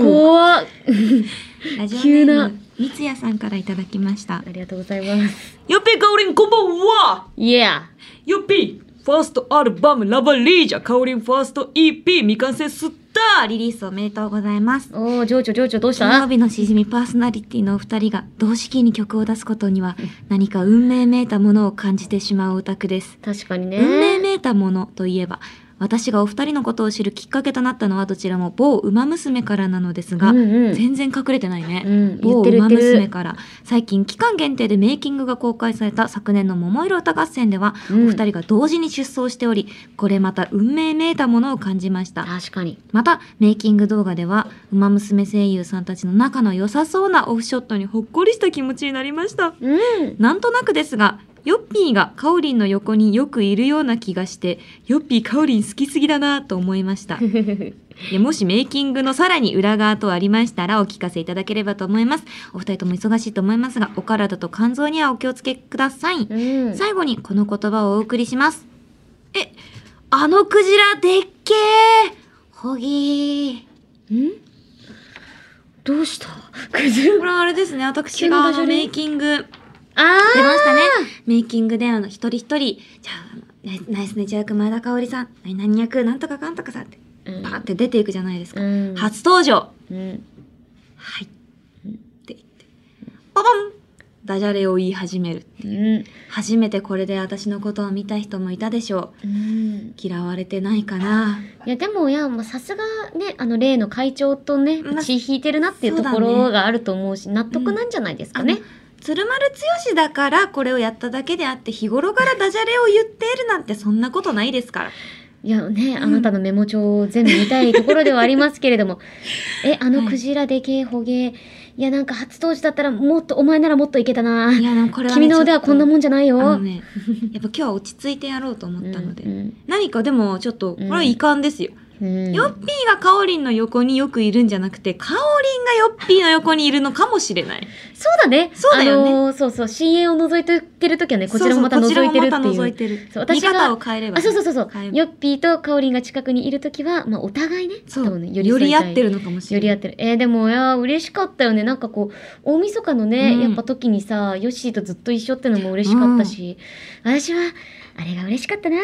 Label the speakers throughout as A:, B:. A: 怖っ
B: ラジオ
A: 急
B: ネ
A: な
B: ーム三ツ矢さんからいただきました
A: ありがとうございます。
C: ヨッピーカオリンこんばんは
A: イエア
C: ヨッピーファーストアルバムラバリージャカオリンファースト EP 未完成スター
B: リリースおめでとうございます
A: おー、情緒情緒どうし
B: 金
A: た
B: 曜日のしじみパーソナリティのお二人が同時期に曲を出すことには何か運命めいたものを感じてしまうオタクです
A: 確かにね。
B: 運命めいたものといえば私がお二人のことを知るきっかけとなったのはどちらも某馬娘からなのですが、
A: うんうん。
B: 全然隠れてないね、
A: うん、言
B: 某
A: ってる
B: 馬
A: 言って
B: 娘
A: る。
B: から最近期間限定でメイキングが公開された昨年の桃色歌合戦では、
A: う
B: お
A: ん
B: 二人が同時に出走しておりこれまた運命めいたものを感じました
A: 確かに。
B: またメイキング動画ではウマ娘声優さんたちの仲の良さそうなオフショットにほっこりした気持ちになりました
A: うん。
B: なんとなくですがヨッピーがカオリンの横によくいるような気がしてヨッピーカオリン好きすぎだなと思いましたでもしメイキングのさらに裏側とありましたらお聞かせいただければと思いますお二人とも忙しいと思いますがお体と肝臓にはお気をつけください
A: うん。
B: 最後にこの言葉をお送りします。え、あのクジラでっけえほぎ
A: どうしたクズ
B: ー。これはあれですね、私
A: 急な
B: があ
A: ダジャ
B: の
A: レ
B: メイキング
A: あ
B: 出
A: ー
B: ましたね。メイキングであの一人一人、じゃああの、ナイナイスネチ役前田香織さん、何々役なんとかかんとかさって、
A: うん
B: パーって出ていくじゃないですか。
A: うん。
B: 初登場
A: うん。
B: はい。って言って、ポポンダジャレを言い始める。
A: うん。
B: 初めてこれで私のことを見た人もいたでしょう。
A: うん。
B: 嫌われてないかない
A: や、でも、いや、まあ、さすがね、あの、例の会長とね、
B: まあ
A: 血引いてるなっていう
B: そう
A: と
B: だ
A: こ
B: ね
A: ろがあると思うし、納得なんじゃないですかね。
B: 鶴丸剛だからこれをやっただけであって日頃からダジャレを言っているなんてそんなことないですから。
A: いやね、あなたのメモ帳を全部見たいところではありますけれ ども、え、あのクジラでけえほげえ、いや、なんか初当時だったらもっと、お前ならもっといけたな。
B: いやでもこれはね、
A: 君の腕はこんなもんじゃない
B: ちょっとあ
A: よ。
B: のね、 やっぱ今日は落ち着いてやろうと思ったので。
A: うん
B: 何かでもちょっとこれは遺憾ですよ、
A: うん
B: ヨッピーがカオリンの横によくいるんじゃなくてカオリンがヨッピーの横にいるのかもしれない
A: そうだね。
B: そうだよね
A: あのーそうそう、深淵を覗いてるときはね、こちらもまた
B: そうそう
A: 覗いてる
B: こ
A: っ
B: ちらも
A: て
B: また
A: い。
B: 覗いうてる
A: そう私が
B: 見方を変えればね、
A: あ、そうそうそうそう
B: 変え。
A: ヨッピーとカオリンが近くにいるときは、まあ、お互いね、
B: そう
A: 多分ね寄
B: よ
A: 添い
B: り
A: たい
B: 合ってるのかもしれ
A: より
B: な
A: 合
B: い
A: ってる。えーでも、いやー、嬉しかったよね。なんかこう、大晦日のね、
B: うん
A: やっぱ時にさ、ヨッシーとずっと一緒ってのも嬉しかったし、私は、あれが嬉しかったな。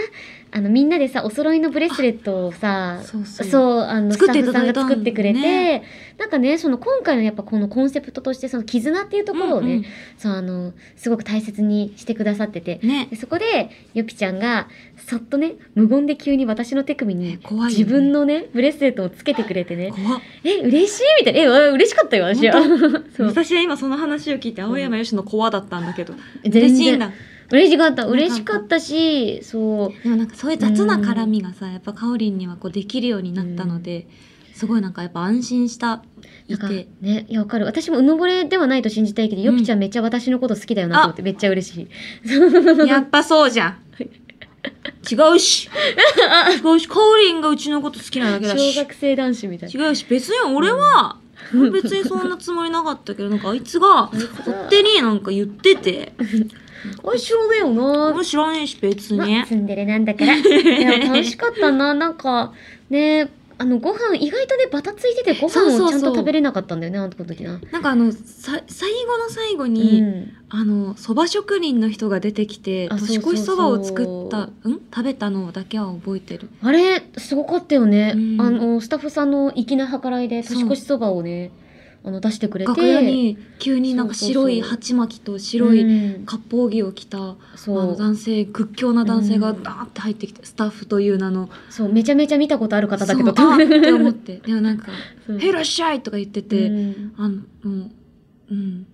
A: あの、みんなでさ、お揃いのブレスレットをさ、
B: そうそう
A: そう、あの、ス
B: 作
A: タ
B: ってい
A: ッ
B: た
A: フさ
B: だ
A: ん
B: い
A: が
B: たん
A: 作ってくれて、
B: ね
A: なんかね、その今回のやっぱこのコンセプトとして、その絆っていうところをね、
B: うん
A: そう、あの、すごく大切にしてくださってて
B: う、んね
A: でそこで、よぴちゃんが、そっとね、無言で急に私の手首に、
B: 怖いよね
A: 自分のね、ブレスレットをつけてくれてね、
B: 怖っ
A: え、嬉しいみたいな。え、わ嬉しかったよ、私は。 そう。
B: 私は今その話を聞いて青山よしの怖だったんだけど、
A: 全
B: 嬉しいん
A: 然
B: だ
A: 嬉しかった。嬉しかったし、そう。
B: でもなんかそういう雑な絡みがさやっぱかおりんにはこうできるようになったので、すごいなんかやっぱ安心した
A: ないんか
B: て
A: ね、いや、わかる。私もうぬぼれではないと信じたいけど、よぴちゃんめっちゃ私のこと好きだよなと思って、めっちゃ嬉しい。
B: やっぱそう じゃん違うし違うしかおりんがうちのこと好きなだけだし
A: 小学生男子みたいな。
B: 違うし別に俺は、別にそんなつもりなかったけどなんかあいつが勝手になんか言ってて
A: おい、一緒だよな
B: 俺知らねえし別
A: ま
B: に、
A: あ、ツンデレなんだから。いや、楽しかったな。なんか、ね、あの、ご飯、意外とね、バタついてて、ご
B: そうそう
A: 飯
B: そ
A: を
B: う
A: ちゃんと食べれなかったんだよね、あの時な。
B: なんかあのさ最後の最後
A: う
B: に、
A: ん。
B: あのそば職人の人が出てきて
A: あ
B: 年越しそばを作った
A: そ
B: う
A: う
B: ん食べたのだけは覚えてる
A: あれ、すごかったよね。
B: うん
A: あの、スタッフさんの粋な計らいで、
B: そう
A: 年越しそばをね、あの、出してくれて。
B: 楽屋に急になんか
A: そうそうそう
B: 白い鉢巻きと白い
A: うん
B: 割烹着を着たあ
A: そ
B: の
A: う。
B: 男性屈強な男性が
A: うん
B: ダーって入ってきてスタッフという名の
A: そう、めちゃめちゃ見たことある方だけど。
B: そうあーって思ってでもなんか 「
A: そう
B: へいらっしゃい!」とか言ってて、
A: うん
B: あのもううん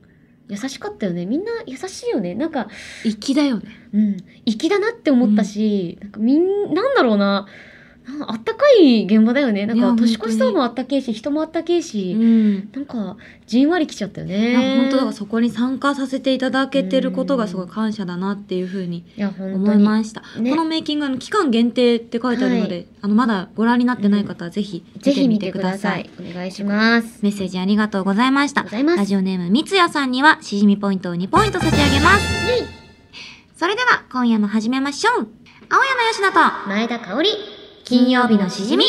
A: 優しかったよね。みんな優しいよね。なんか、
B: 粋だよね
A: うん、粋だなって思ったし、なんかみん、なんだろうな。なあったかい現場だよね。なん
B: いや
A: か、
B: 本当に
A: 年越しそうもあったけえし、人もあったけえし、
B: ん
A: なんか、じんわり来ちゃったよ
B: い
A: ね。
B: や本当だからそこに参加させていただけてることがすごい感謝だなっていうふうに
A: いや、本
B: 思
A: 当
B: い
A: に。
B: ました、
A: ね
B: このメイキングあの期間限定って書いてあるので、あのまだご覧になってない方はぜひ
A: ぜひ見てください。お願いします。
B: メッセージありがとうございました
A: ありがとうございま
B: ラ
A: す。
B: ジオネームみつやさんにはしじみポイントを2ポイント差し上げます
A: イェイ
B: それでは今夜も始めましょう青山よしのと
A: 前田香織
B: 金曜日のしじみ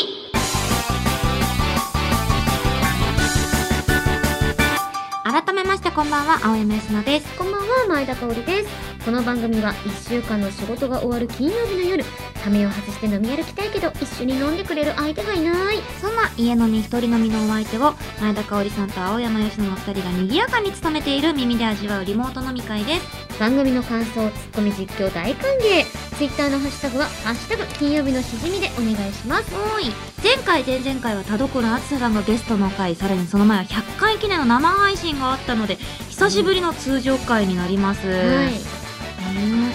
B: こんばんは、青山佳乃です。
A: こんばんは、前田香織です。この番組は1週間の仕事が終わる金曜日の夜、ためを外して飲み歩きたいけど、一緒に飲んでくれる相手がいない。
B: そんな家飲み一人飲みのお相手を、前田香織さんと青山佳乃の二人が賑やかに務めている耳で味わうリモート飲み会です。
A: 番組の感想、ツッコミ実況大歓迎。ツイッターのハッシュタグは、ハッシュタグ金曜日のしじみでお願いします。
B: おーい前回前々回は田所あつささんがゲストの回さらにその前は100回記念の生配信があったので久しぶりの通常回になります、
A: はい
B: ね。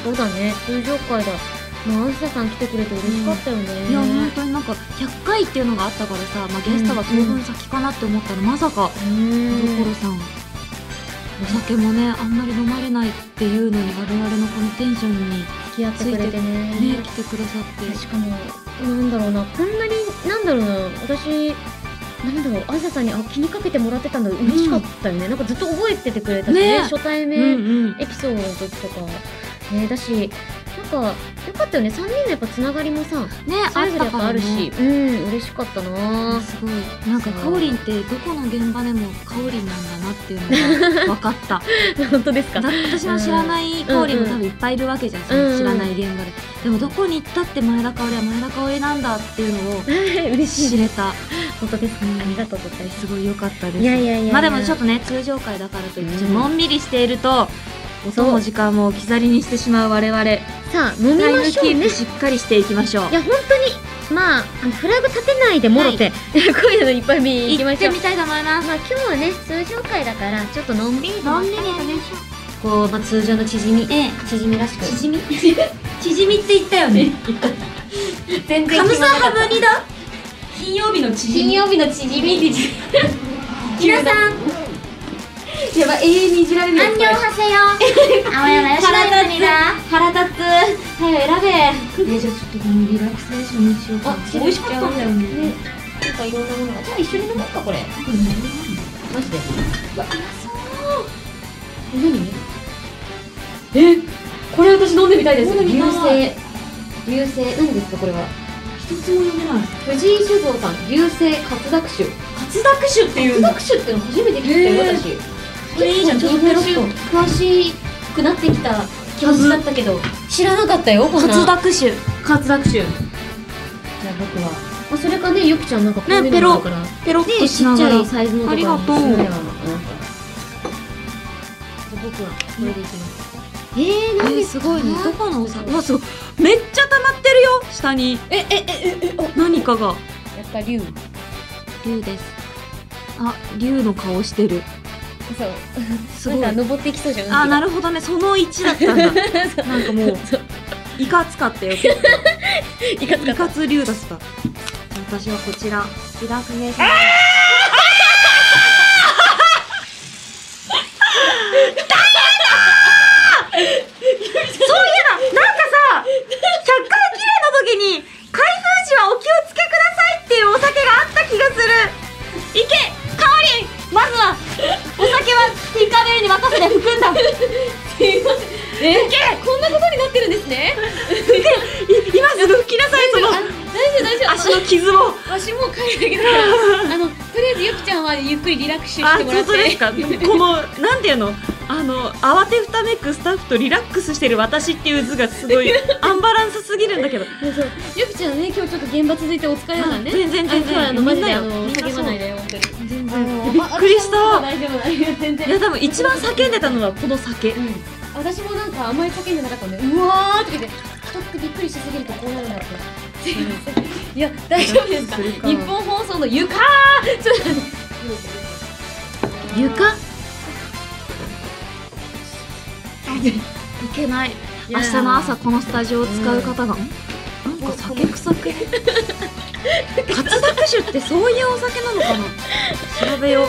A: そうだね、通常会だ。まあ、あんささん来てくれて嬉しかったよね。
B: いや本当になんか100回っていうのがあったからさ、まあ、ゲストが当分先かなって思ったらまさか田
A: うん。
B: 所さんお酒もねあんまり飲まれないっていうのに我々のこのテンションに
A: 付き合ってくれて
B: ね来てくださって
A: しかもなんだろうなこんなになんだろうな私なんだろうあずささんにあ気にかけてもらってたの嬉しかったよね、なんかずっと覚えててくれたしね
B: ね
A: 初対
D: う
A: 面
D: うん
A: エピソードの時とか、ね、だしなんかよかったよね3人のやっぱつながりもさ
B: ね
A: そ
B: あっ
A: れぞれや
B: た
A: っ
B: から、ね、
A: ぱあるし、うん嬉しかったな
B: すごいなんかかおりんってどこの現場でもかおりんなんだなっていうのが分 かっただ
A: 本当ですか
B: 私の知らないかおりんも多分いっぱいいるわけじゃん、その知らない現場で、でもどこに行ったって前田かおりは前田かおりなんだっていうのを
A: 嬉し
B: 知
A: い
B: れた
A: 本当ですか
B: うん
A: ありがとうございます
B: すごい良かったです
A: いやいやいやいや
B: まあでもちょっとね通常回だからといって
A: うん
B: のんびりしていると音も時間も置き去りにしてしまう我々タイ
A: さあ飲みま
B: ム
A: し
B: キ
A: ょう
B: ー
A: ね
B: プしっかりしていきましょう
A: いや本当にまああのフラグ立てないでもろて、 今夜の一杯目行き
B: 行
A: ま
B: っ
A: しょ
B: て
A: う
B: みたいと思います
A: まあ今日はね通常回だからちょっとのんびりと
B: のんびりやりましょうこう、まあ、通常の縮みえ縮みらしく縮み縮みって言ったよ ね
A: 全
B: カムサハ
A: ブ
B: ムニだ金曜日の縮み金曜日の縮み 皆さんやば永遠にいじられる
A: アンニョンハ セヨ青山よし
B: 腹
A: の
B: 立つ腹立つはい選べえじゃあちょっとこのリラクゼーションにしようか美味しかったんだよね
A: なんかいろんなものがじゃあ一緒に飲もうかこれマジで
E: えこれ私飲んでみたいです
A: 流
E: 流星
A: 星流星何ですかこれは
E: 一つも飲んでない
A: 藤井酒造さん流星活濁酒
E: 活濁酒っていう
A: 活
E: の
A: 濁酒っての初めて聞いたよ
E: へー
A: 私
E: これいいじゃんちょっとペロッと
A: 詳しくなってきた気持ちだったけど知らなかったよこんな
B: 活濁酒
E: 活濁酒
A: じゃあ僕は、まあ、それかねゆきちゃんなんかこういうの
B: ねペロ
A: もあるからね
B: ペロッ
A: ち
B: と
A: っ
B: し
A: ち
B: なが
A: ゃ
B: ら
A: いサイズのとか
B: ありがとう
A: 娘はなんかじゃあ僕はこれでいきますえー、何です
B: すごいねどこのお酒
D: うわすごいめっちゃ溜まってるよ下に
E: えええええ
D: 何かが
A: やっぱ竜
B: 龍です
D: あ竜の顔してる
A: そう
D: すごい
A: なんか登っていきそうじゃん
D: あな
A: る
D: るほどねその1だったん だなんかもういかつかったよ
A: いかつか
D: い
A: った
D: かつ竜だった
B: 私はこちらリラクゼーション
D: そういえばなんかさ100回記念の時に「開封時はお気をつけください」っていうお酒があった気がするいけかおりんまずはお酒はティンカーベルに任せて含んだ
A: えこんなことになってるんですね
D: い今すぐ拭きなさいその
A: あ大丈夫大丈夫
D: 足の傷を
A: わしもう帰るけどあのとりあえずゆきちゃんはゆっくりリラックスしてもら
D: あ
A: って
D: 本当ですかこのなんていうのあの慌てふためくスタッフとリラックスしてる私っていう図がすご いアンバランスすぎるんだけど
A: そうゆきちゃんね今日ちょっと現場続いてお疲れだからね
D: 全然
A: あ
D: 全
A: 今日はあ
D: 然
A: のマジであ
D: みんなよ
A: の
D: みんなそう
A: 叫ばないでよ本当に
D: 全
A: あの
D: 然びっくりした
A: まあ私の方は大丈夫だ全
D: い
A: 然
D: や多分一番叫んでたのはこの酒
A: うん私もなんかあんまり叫んでなかったんでうわーって言って人ってびっくりしすぎるとこうなるんだってすいませんいや大丈夫ですか
D: するか
A: 日本放送の床ちょっと待って
B: 床いけない明日の朝このスタジオを使う方が、んなんか酒臭くね活濁酒ってそういうお酒なのかな調べよ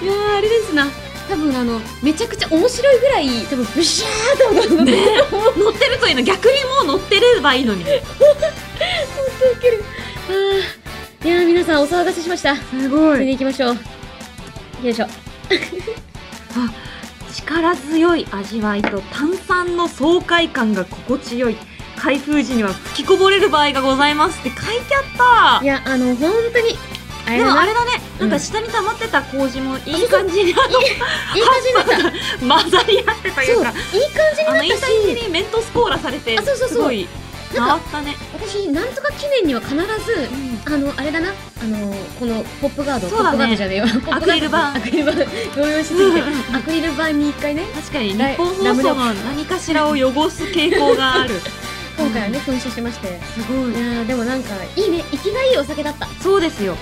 B: う
A: いやーあれですな多分あのめちゃくちゃ面白いぐらい多分ブシャーっと踊る
D: ね乗ってるといいの逆にもう乗ってればいいのに
A: いやー皆さんお騒がせしましたそ
D: すご
A: れで行きましょうよいしょ
D: 力強い味わいと炭酸の爽快感が心地よい開封時には吹きこぼれる場合がございますって書いてあった
A: いやあの本当にあれ
B: で
A: だ
B: も
A: な
B: あ
A: い
B: れ
A: い
B: だね、
A: うん
B: なんか下に溜まってた麹もいい感じにあの
A: 感じにな っ
B: 混
A: た
B: ざり合ってとい
A: そう
B: う
A: いい
B: か
A: 感じに
B: あ
A: な
B: の
A: っ
B: いい
A: た
B: 感じ
A: し
B: にメントスコーラされて
A: あそうそうそう
B: すごい
A: な
B: 回ったね、
A: 私なんとか記念には必ずあのあれだなあのこのポップガード、
B: そ
A: ポ
B: うだ
A: ップ
B: ね
A: ガードじゃねえわ
B: アクリル板
A: アクリル板動揺しすぎてアクリル板に一回ね
B: 確かに
A: ライ
B: 日本放送の何かしらを汚す傾向があるす
A: 今回はね噴射しまして
B: ご
A: いやーでもなんかいいね生きがいいお酒だった
B: そうですよ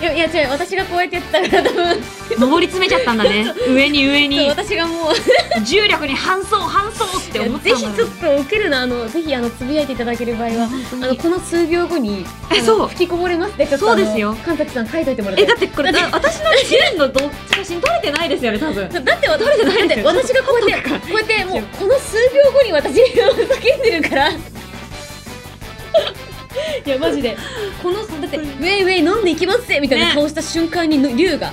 A: いやいや違う私がこうやってやってたから多分
B: 上り詰めちゃったんだ ね上に上に
A: 私がもう
B: 重力に反送反送って思った
A: ぜ
B: ん
A: ひ
B: だ
A: ちょっと受けるなあのぜひあのつぶやいていただける場合は
B: 本当に
A: あのこの数秒後に
B: え
A: あの
B: そう
A: 吹きこぼれますってちょっと
B: そうですよ
A: あの神崎さん書いといてもらって
B: えだってこれだ私の試練のどっちか写真撮れてないですよね多分
A: だだって私だって私がこうやってこうやってもうこの数秒後に私叫んでる からいやマジでこのだってウェイウェイ飲んでいきますぜみたいな
B: ね
A: 顔した瞬間にの龍が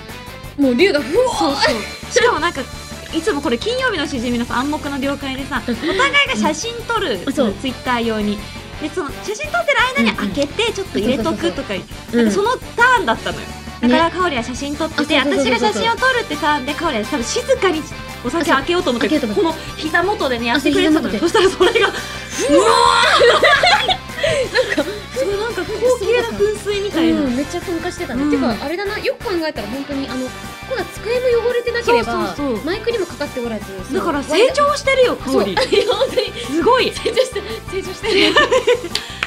A: もう龍がふわ
B: そうそうしかもなんかいつもこれ金曜日のしじみのさ暗黙の了解でさお互いが写真撮る、
A: そう
B: ツイッター用にでその写真撮ってる間に開けてちょっと入れとくとか,、
A: うん
B: なんかそのターンだったのよだから香りは写真撮ってて、
A: あそうそうそう
B: 私
A: そう
B: が写真を撮るってターンで香りは多分静かにお酒開けようと思って
A: そう開けようと
B: この膝元でねやってくれてたのよ
A: あそ
B: そしたらそれがう
A: すごい なんか
B: 高級な噴水みたいな、
A: うん、めっちゃ噴火してたね、
B: うん
A: てかあれだなよく考えたら本当にあの今度は机も汚れてなければ
B: そうそうそう
A: マイクにもかかっておらず
B: だから成長してるよ
A: そ
B: 香
A: うい
B: り
A: や本当に
B: すごい
A: 成長して成長してる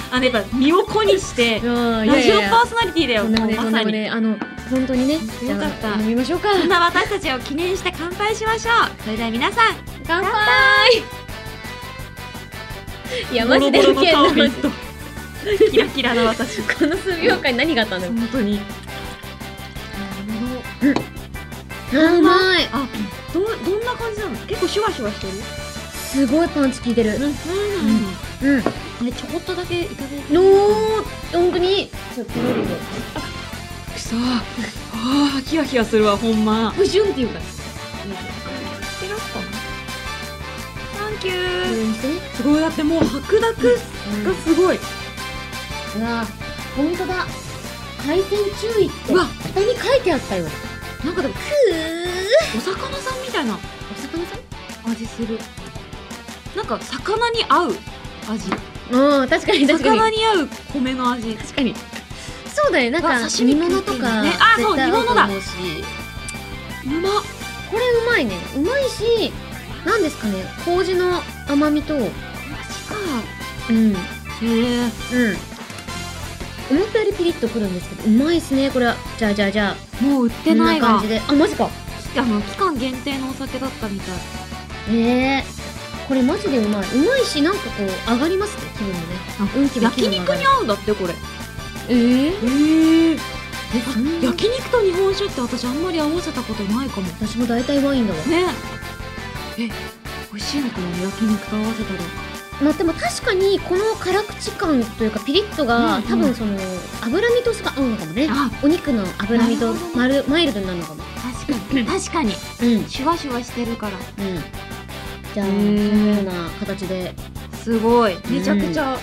B: あのやっぱ身を粉に して
A: ラ
B: ラジオパーソナリティだよ
A: とんでもねえと
B: ま
A: んで
B: さ
A: も
B: に
A: ねえあの本当にね
B: 当よかった
A: じゃあ飲みましょうか
B: そんな私たちを記念して乾杯しましょうそれでは皆さん
A: 乾杯いやマジで
B: ボロ
A: ウ
B: ボロ
A: ケ
B: の
A: んな
B: 香りとキラキラの私
A: この数秒間に何があったんだろう
B: 本当に
A: あーうまい
B: あどどんな感じなの結構シュワシュワしてる
A: すごいパンチ効いてる
B: うん
A: うん
B: えちょこっとだけいただいて
A: の本当にちょっとペロリと
B: くそああヒヤヒヤするわほんま
A: ブシュンっていうか
B: ペロッとサンキュ
A: う
B: ー
A: んしてね
B: すごいだってもう白濁がすごい、
A: うわ本当だ回転注意って
B: うわ
A: 蓋に書いてあったよなんかでもくー
B: お魚さんみたいな
A: お魚さん
B: 味するなんか魚に合う味
A: うん確かに確か
B: 魚
A: に
B: に合う米の味確かに
A: そうだよなんか
B: わ刺
A: 煮
B: 身
A: 物とか
B: ねあそう
A: 絶対合と思うし
B: うまっ
A: これうまいねうまいしなんですかね麹の甘みとうん
B: マジか
A: うん
B: へえ
A: 思ったよりピリッとくるんですけどうまいっすねこれはじゃあじゃあじゃあ
B: もう売って
A: こん
B: な
A: ない
B: わ
A: 感じであマジか
B: あの期間限定のお酒だったみたい
A: ねえこれマジでうまいうまいしなんかこう上がりますね気分もね
B: あ
A: 運気も
B: 焼
A: 気分
B: 肉
A: も上がる
B: に合うんだってこれ
A: ええ
B: へえ
A: そんな
B: 焼肉と日本酒って私あんまり合わせたことないかもね
A: 私も大体ワインだわ
B: え美味しいのかな焼肉と合わせたら
A: まあでも確かにこの辛口感というかピリッとが、
B: うんうん
A: 多分その脂身と酢が合うのかもね
B: あ
A: お肉の脂身と
B: なるほど
A: マルマイルドになるのかも
B: 確かに確 かに
A: うんうん
B: シュワシュワしてるから
A: じゃあ
B: へー
A: そのような形です
B: ごい
A: ん
B: めちゃくちゃ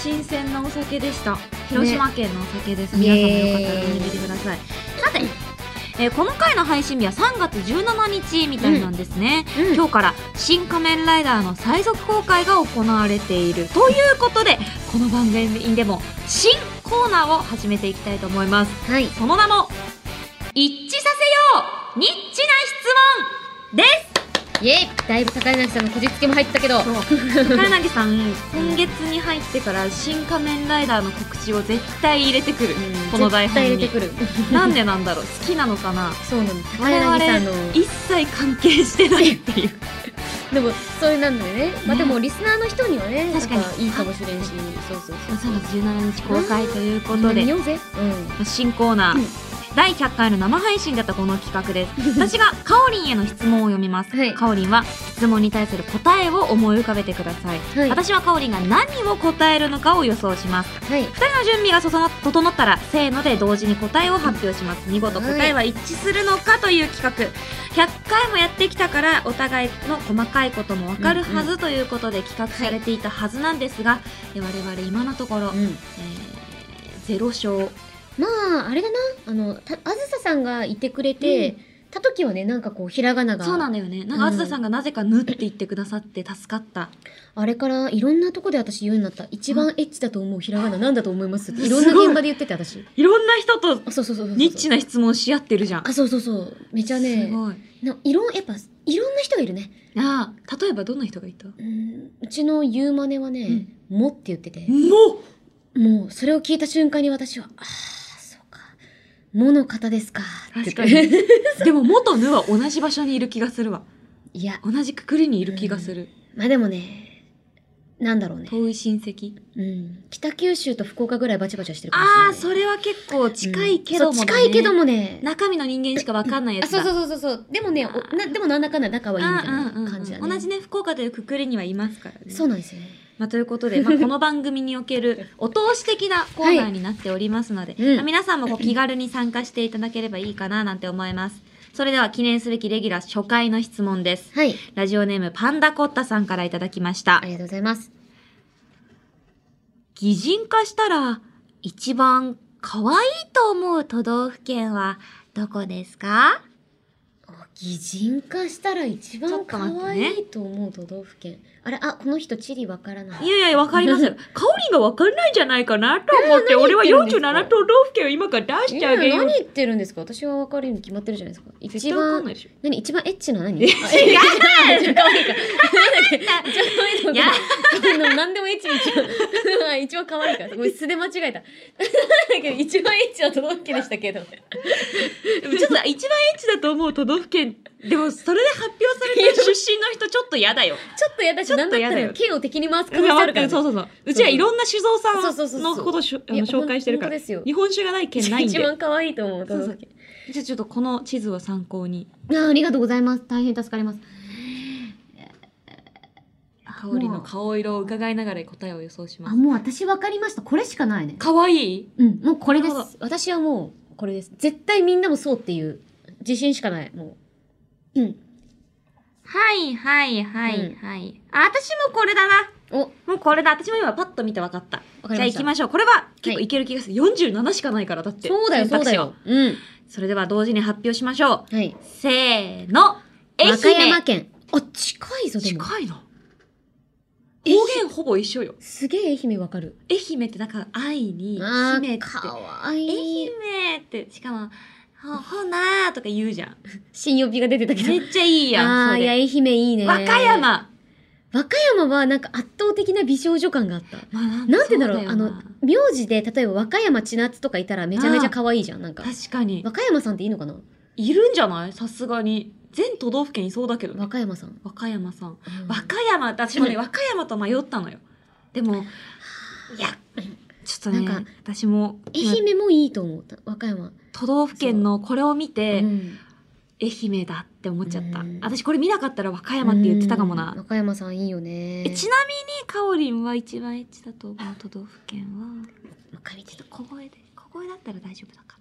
B: 新鮮なお酒でした広島県のお酒です、
A: ね
B: 皆さんもよかったら飲んでみてくださいさてえーこの回の配信日は3月17日みたいなんですね、
A: うん
B: 今日から「新仮面ライダー」の最速公開が行われているということでこの番組でも新コーナーを始めていきたいと思います
A: はい
B: その名も「一致させようニッチな質問」です
A: イエイだいぶ高柳さんのこじつけも入ってたけど
B: そう高柳さん今月に入ってから「新仮面ライダー」の告知を絶対入れてくる、
A: うん
B: この台
A: 絶対
B: 本
A: 入れ
B: に
A: てく る
B: なんでなんだろう好きなのかな
A: そうなの高
B: 我々
A: 柳さんの
B: 一切関係してないっていう
A: でもそういうなんだよねまあでもリスナーの人にはね
B: 確かに
A: なんいいかもしれんしそうそうそう
B: 3月17日公開というこ
A: みんな
B: と
A: で
B: で
A: 見ようぜうん
B: 新コーナー、
A: うん
B: 第100回の生配信だったこの企画です私がかおりんへの質問を読みます、
A: はい
B: かおりんは質問に対する答えを思い浮かべてください、
A: は い
B: 私はかおりんが何を答えるのかを予想します
A: はい
B: 2人の準備が整整ったらせーので同時に答えを発表します見事答えは一致するのかという企画100回もやってきたからお互いの細かいこともわかるはずということで企画されていたはずなんですが、え我々今のところ、
A: うん
B: えーゼロ勝
A: まああれだなあのたあずささんがいてくれて、
B: う
A: た時はねなんかこうひらがなが
B: そうなんだよねなんか
A: うん
B: あずささんがなぜか「ぬ」って言ってくださって助かった
A: あれからいろんなとこで私言うようになった一番エッチだと思うひらがななんだと思いますっていろん な
B: すごい
A: 現場で言ってて私
B: いろんな人と
A: あそうそうそうそう
B: ニッチな質問し合ってるじゃん
A: あそうそうそうめちゃね
B: すごい
A: ないろんやっぱいろんな人がいるね
B: ああ例えばどんな人がいたも
A: うんうちの言う真似はね「も」って言ってて
B: う
A: もうそれを聞いた瞬間に私は「ああそうかもの方ですか」って
B: 確か
A: 言って
B: にでも「元ぬ」は同じ場所にいる気がするわ
A: いや
B: 同じくくりにいる気がする、
A: まあでもねなんだろうね、
B: 遠い親戚
A: うん、北九州と福岡ぐらいバチバチはしてるかもしれない
B: ああそれは結構近いけども、
A: うんそう近いけどもね
B: 中身の人間しかわかんないや
A: あ
B: つだ
A: そうそうそうそうそうでもね
B: あー
A: おなでもなんだかんだ仲はいいみたいな感じだね、
B: うんうんうん同じね福岡というくくりにはいますからね
A: そうなんですよね
B: まあ、ということ で、まあ、この番組におけるお通し的なコーナーになっておりますので、
A: はいうん
B: まあ皆さんもこう気軽に参加していただければいいかななんて思います。それでは記念すべきレギュラー初回の質問です。
A: はい
B: ラジオネームパンダコッタさんからいただきました
A: あ。りがとうございます
B: 擬人化したら一番可愛いと思う都道府県はどこですか
A: あ擬人化したら一
B: ちょ
A: 番
B: っと待ってね
A: 可愛いと思う都道府県、あれあこの人地理わからない
B: いやいや、わかりますよ。
F: カオリンが分かんないんじゃないかなと思 って、
A: えー何
F: 俺は
A: 言ってるんですか
F: 47都道府県を今から出し
A: い
F: て
A: や
F: あげ
A: いや
F: よう
A: 何。言ってるんですか私はわかるに決まってるじゃないですか
F: 絶
A: 一
F: 対分かん
A: 番
F: ないでしょ。
A: 何一番エッチな何違う可愛いからなんだっけ一番可愛いと思う
B: いや
A: でも何でもエッチに 一番一番可愛いからごめん素で間違えただけど一番エッチな都道府県でしたけど
F: でもちょっと一番エッチだと思う都道府県、でもそれで発表されてる 出身の人ちょっと嫌だよ。
A: ちょっと嫌だし、
F: ちょ
A: なん
F: っと
A: だっ
F: 嫌
A: た
F: だよ
A: ら剣を敵に回す可
F: う
A: 能性ある
F: ん
A: から、ね。
F: そう
A: う
F: そうそう。うちはいろんな酒造さ
A: そうそうそうんそう
F: のことをしょあ
A: い
F: の
A: や
F: 紹介してるから
A: 本当ですよ。
F: 日本酒がない県ないん
A: 一
F: で。
A: 番可愛いと思う。
B: そうそう
A: 都道府県
B: じゃあちょっとこの地図を参考に。
A: あーありがとうございます。大変助かります。
B: 香りの顔色を伺いながら答えを予想しま
A: あ、
B: す。
A: もう私分かりました。これしかないね。
B: 可愛い
A: うん、もうこれで
B: なるほ
A: す。私はもう、これです。絶対みんなもそうっていう自信しかない。もう。うん。
B: はいはいはいはい。あ、私もこれだな。
A: お、わ
B: もうこれだ。私も今パッと見て分かった。
A: かりました。
B: じゃあ行きま
A: し
B: しょう。これは結構
A: はい
B: いける気がする。47しかないから、だって。
A: そうだよ、
B: 選
A: そう
B: 択
A: だ
B: 肢を
A: よ。。うん。
B: それでは同時に発表しましょう。
A: はい。
B: せーの。愛
A: 和歌山
B: 媛。
A: 県。あ、近いぞ、でも。
B: 近いな。
A: え
B: 方言ほぼ一緒よ。
A: すげえ愛媛わかる。
B: 愛媛ってだから愛に、
A: あ
B: 姫
A: ー、
B: って。
A: かわい
B: 愛
A: い。
B: 媛って、しかも、ほ、ほなーとか言うじゃん。
A: 新予備が出てたけど
B: め。っちゃいいやん。
A: あ
B: そ
A: ー、いや、
B: れ。
A: 愛媛いいね。
B: 和歌山。
A: 和歌山はなんか圧倒的な美少女感があった。
B: まあなん
A: なんて言うんだろう
B: そ
A: あ
B: よ
A: の
B: な、
A: 名字で、例えば和歌山千夏とかいたらめちゃめちゃ可愛いじゃん。なんか。
B: 確かに。
A: 和歌山さんっていいのかない
B: るんじゃないさすがに。全都道府県いそうだけど
A: 和
B: ね。
A: 歌山さん。
B: 和歌山さん。
A: うん
B: 和歌山って、私も
A: う
B: ね、
A: ん
B: 和歌山と迷ったのよ。でも、いや、ちょっとね
A: なんか、
B: 私も、
A: 愛媛もいいと思った。和歌山。
B: 都道府県のこれを見
A: う
B: て、
A: ん
B: 愛媛だって思っちゃった
A: うん。
B: 私これ見なかったら和歌山って言ってたかも
A: うん
B: な。
A: 和歌山さんいいよね
B: え。ちなみに、かおりんは一番エッチだと思う都道府県は、
A: わかり
B: ちょっと小声で、小声だったら大丈夫だか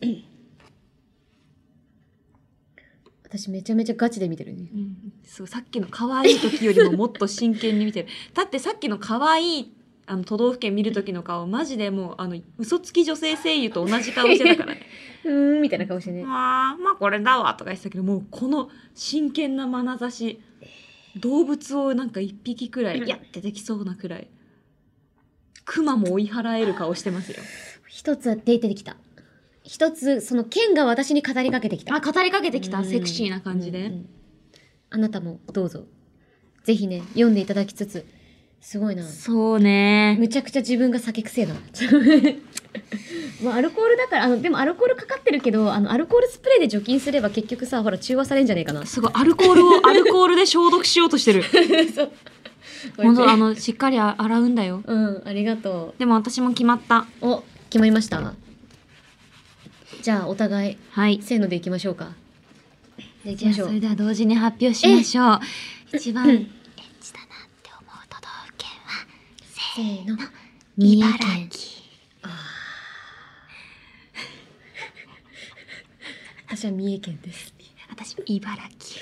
B: ら。
A: 私めちゃめちゃガチで見てるね。
B: うん、そうさっきの可愛い時よりももっと真剣に見てる だってさっきの可愛いあの都道府県見る時の顔マジでもうあの嘘つき女性声優と同じ顔してた からね
A: うーん、みたいな顔してね。
B: まあまあこれだわとか言ってたけどもうこの真剣な眼差し動物をなんか一匹くらいやってできそうなくらい熊も追い払える顔してますよ
A: 一つは出てきた。一つ、その剣が私に語りかけてきた。
B: あ語りかけてき
A: う
B: た
A: ん
B: セクシーな感じで、
A: うんうんあなたもどうぞぜひね読んでいただきつつすごいな
B: そうね
A: むちゃくちゃ自分が酒癖だな まあアルコールだからあのでもアルコールかかってるけどあのアルコールスプレーで除菌すれば結局さほら中和されんじゃねえかな
B: すごいアルコールをアルコールで消毒しようとしてる
A: そう
B: 本当あのしっかりあ洗うんだよ
A: うんありがと
B: でも私も決まった。
A: うお決まりましたじゃあお互い
B: はい。
A: せーのでいきましょうかでいき
B: じゃ
A: ま
B: あ
A: しょ
B: そうれでは同時に発表しましょう。一番エッチだなって思う都道府県は
A: せーの
B: 三重県。
A: 私は三重県です
B: 私茨城。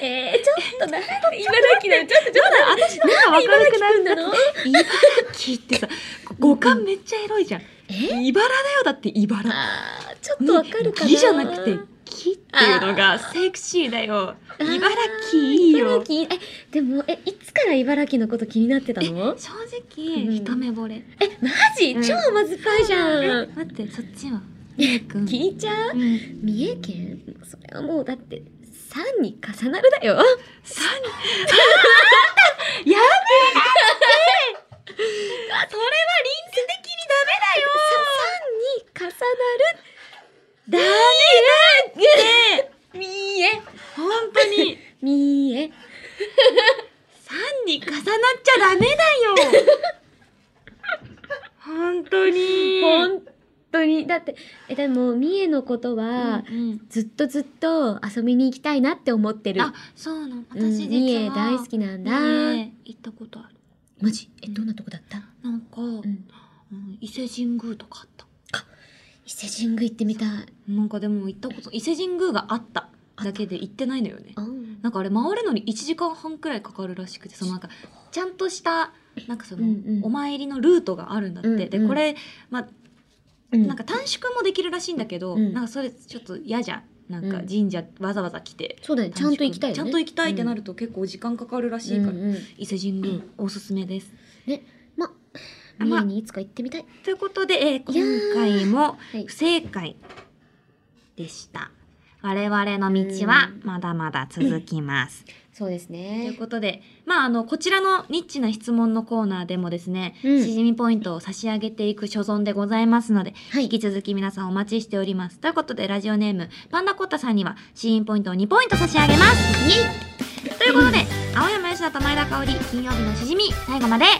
A: えー、ちょっとな茨城だよちょっとちょっと
B: 私なんかわかるくなるんだ
A: の
B: 茨城ってさ、五感めっちゃエロいじゃん。
A: え
B: 茨だよだって茨っ
A: あーちょっとわかるかな。
B: 木じゃなくて木っていうの
A: あ
B: が
A: ー
B: セクシーだよ
A: あー
B: 茨城いいよ
A: 茨城いいえ、でも、え、いつから茨城のこと気になってたの
B: 正
A: う
B: 直
A: ん
B: 一目惚れ
A: え、マジ
B: うん
A: 超甘酸っぱいじゃん。
B: 待ってそっちはゆうくん
A: 聞いちゃう
B: うん
A: 三重県それはもうだって、3に重なるだよ。
B: さに
A: 3に重なる。だねだって三重
B: 本当に
A: 三重
B: 三に重なっちゃダメだよ本当に
A: 本当に。だって、え、でも、三重のことは、
B: うんうん
A: ずっとずっと遊びに行きたいなって思ってる。
B: あそうなの
A: うん
B: 私
A: 三
B: 実
A: 重
B: は
A: 大好きなんだ。
B: 三重行ったことある
A: マジえ、
B: うん
A: どんなとこだった、
B: なんか、
A: ん
B: うん伊勢神宮とかあった
A: 伊勢神宮行ってみたい。
B: なんかでも行ったこと伊勢神宮があっただけで行ってないのよね
A: うん
B: なんかあれ回るのに1時間半くらいかかるらしくてそのなんかちゃんとしたなんかその、
A: うんうん
B: お参りのルートがあるんだって、
A: うんうん
B: でこれ、まあ、
A: うん
B: なんか短縮もできるらしいんだけど、
A: うん
B: なんかそれちょっと嫌じゃんなんか
A: うん
B: 神社わざわざ来て、
A: そうだよね。ちゃんと行きたいよね。
B: ちゃんと行きたいってなると結構時間かかるらしいから、
A: うんうん
B: 伊勢神宮おすすめですあ
A: 三
B: まあ
A: 重にいつか行ってみたい。
B: ということで、えー
A: いやー
B: 今回も
A: はい
B: 不正解でした。我々の道は
A: うん
B: まだまだ続きます。
A: そうです
B: という
A: ね。
B: ことで、まあ、あの、こちらのニッチな質問のコーナーでもですね、
A: うん
B: しじみポイントを差し上げていく所存でございますので、
A: はい
B: 引き続き皆さんお待ちしております。ということで、ラジオネーム、パンダコッタさんには、シーンポイントを2ポイント差し上げます。
A: イエイ
B: ということで、青山吉田と前田香織、金曜日のしじみ、最後まで、よ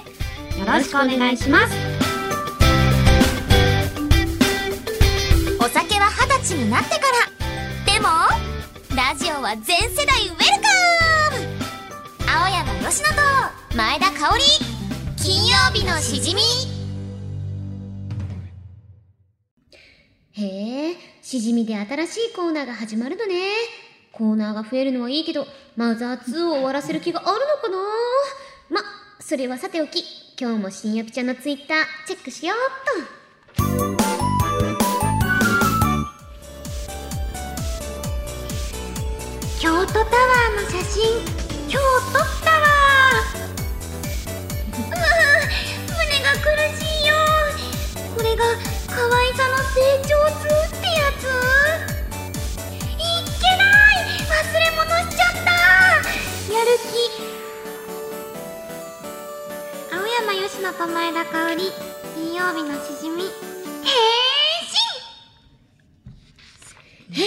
B: ろしくお願いします。
G: お酒は二十歳になってからでもラジオは全世代ウェルカム青山佳乃と前田香織金曜日のしじみ
A: へえ、しじみで新しいコーナーが始まるのね。コーナーが増えるのはいいけど、マザー2を終わらせる気があるのかなま、それはさておき、今日も新よぴちゃんのツイッターチェックしようっ
G: 京都タワーの写真京都タワ ーうわ胸が苦しいよこれが可愛さの成長痛ってやついっけない忘れ物しちゃったやる気青山佳乃と前田香織金曜日のしじみ変身
A: と。変身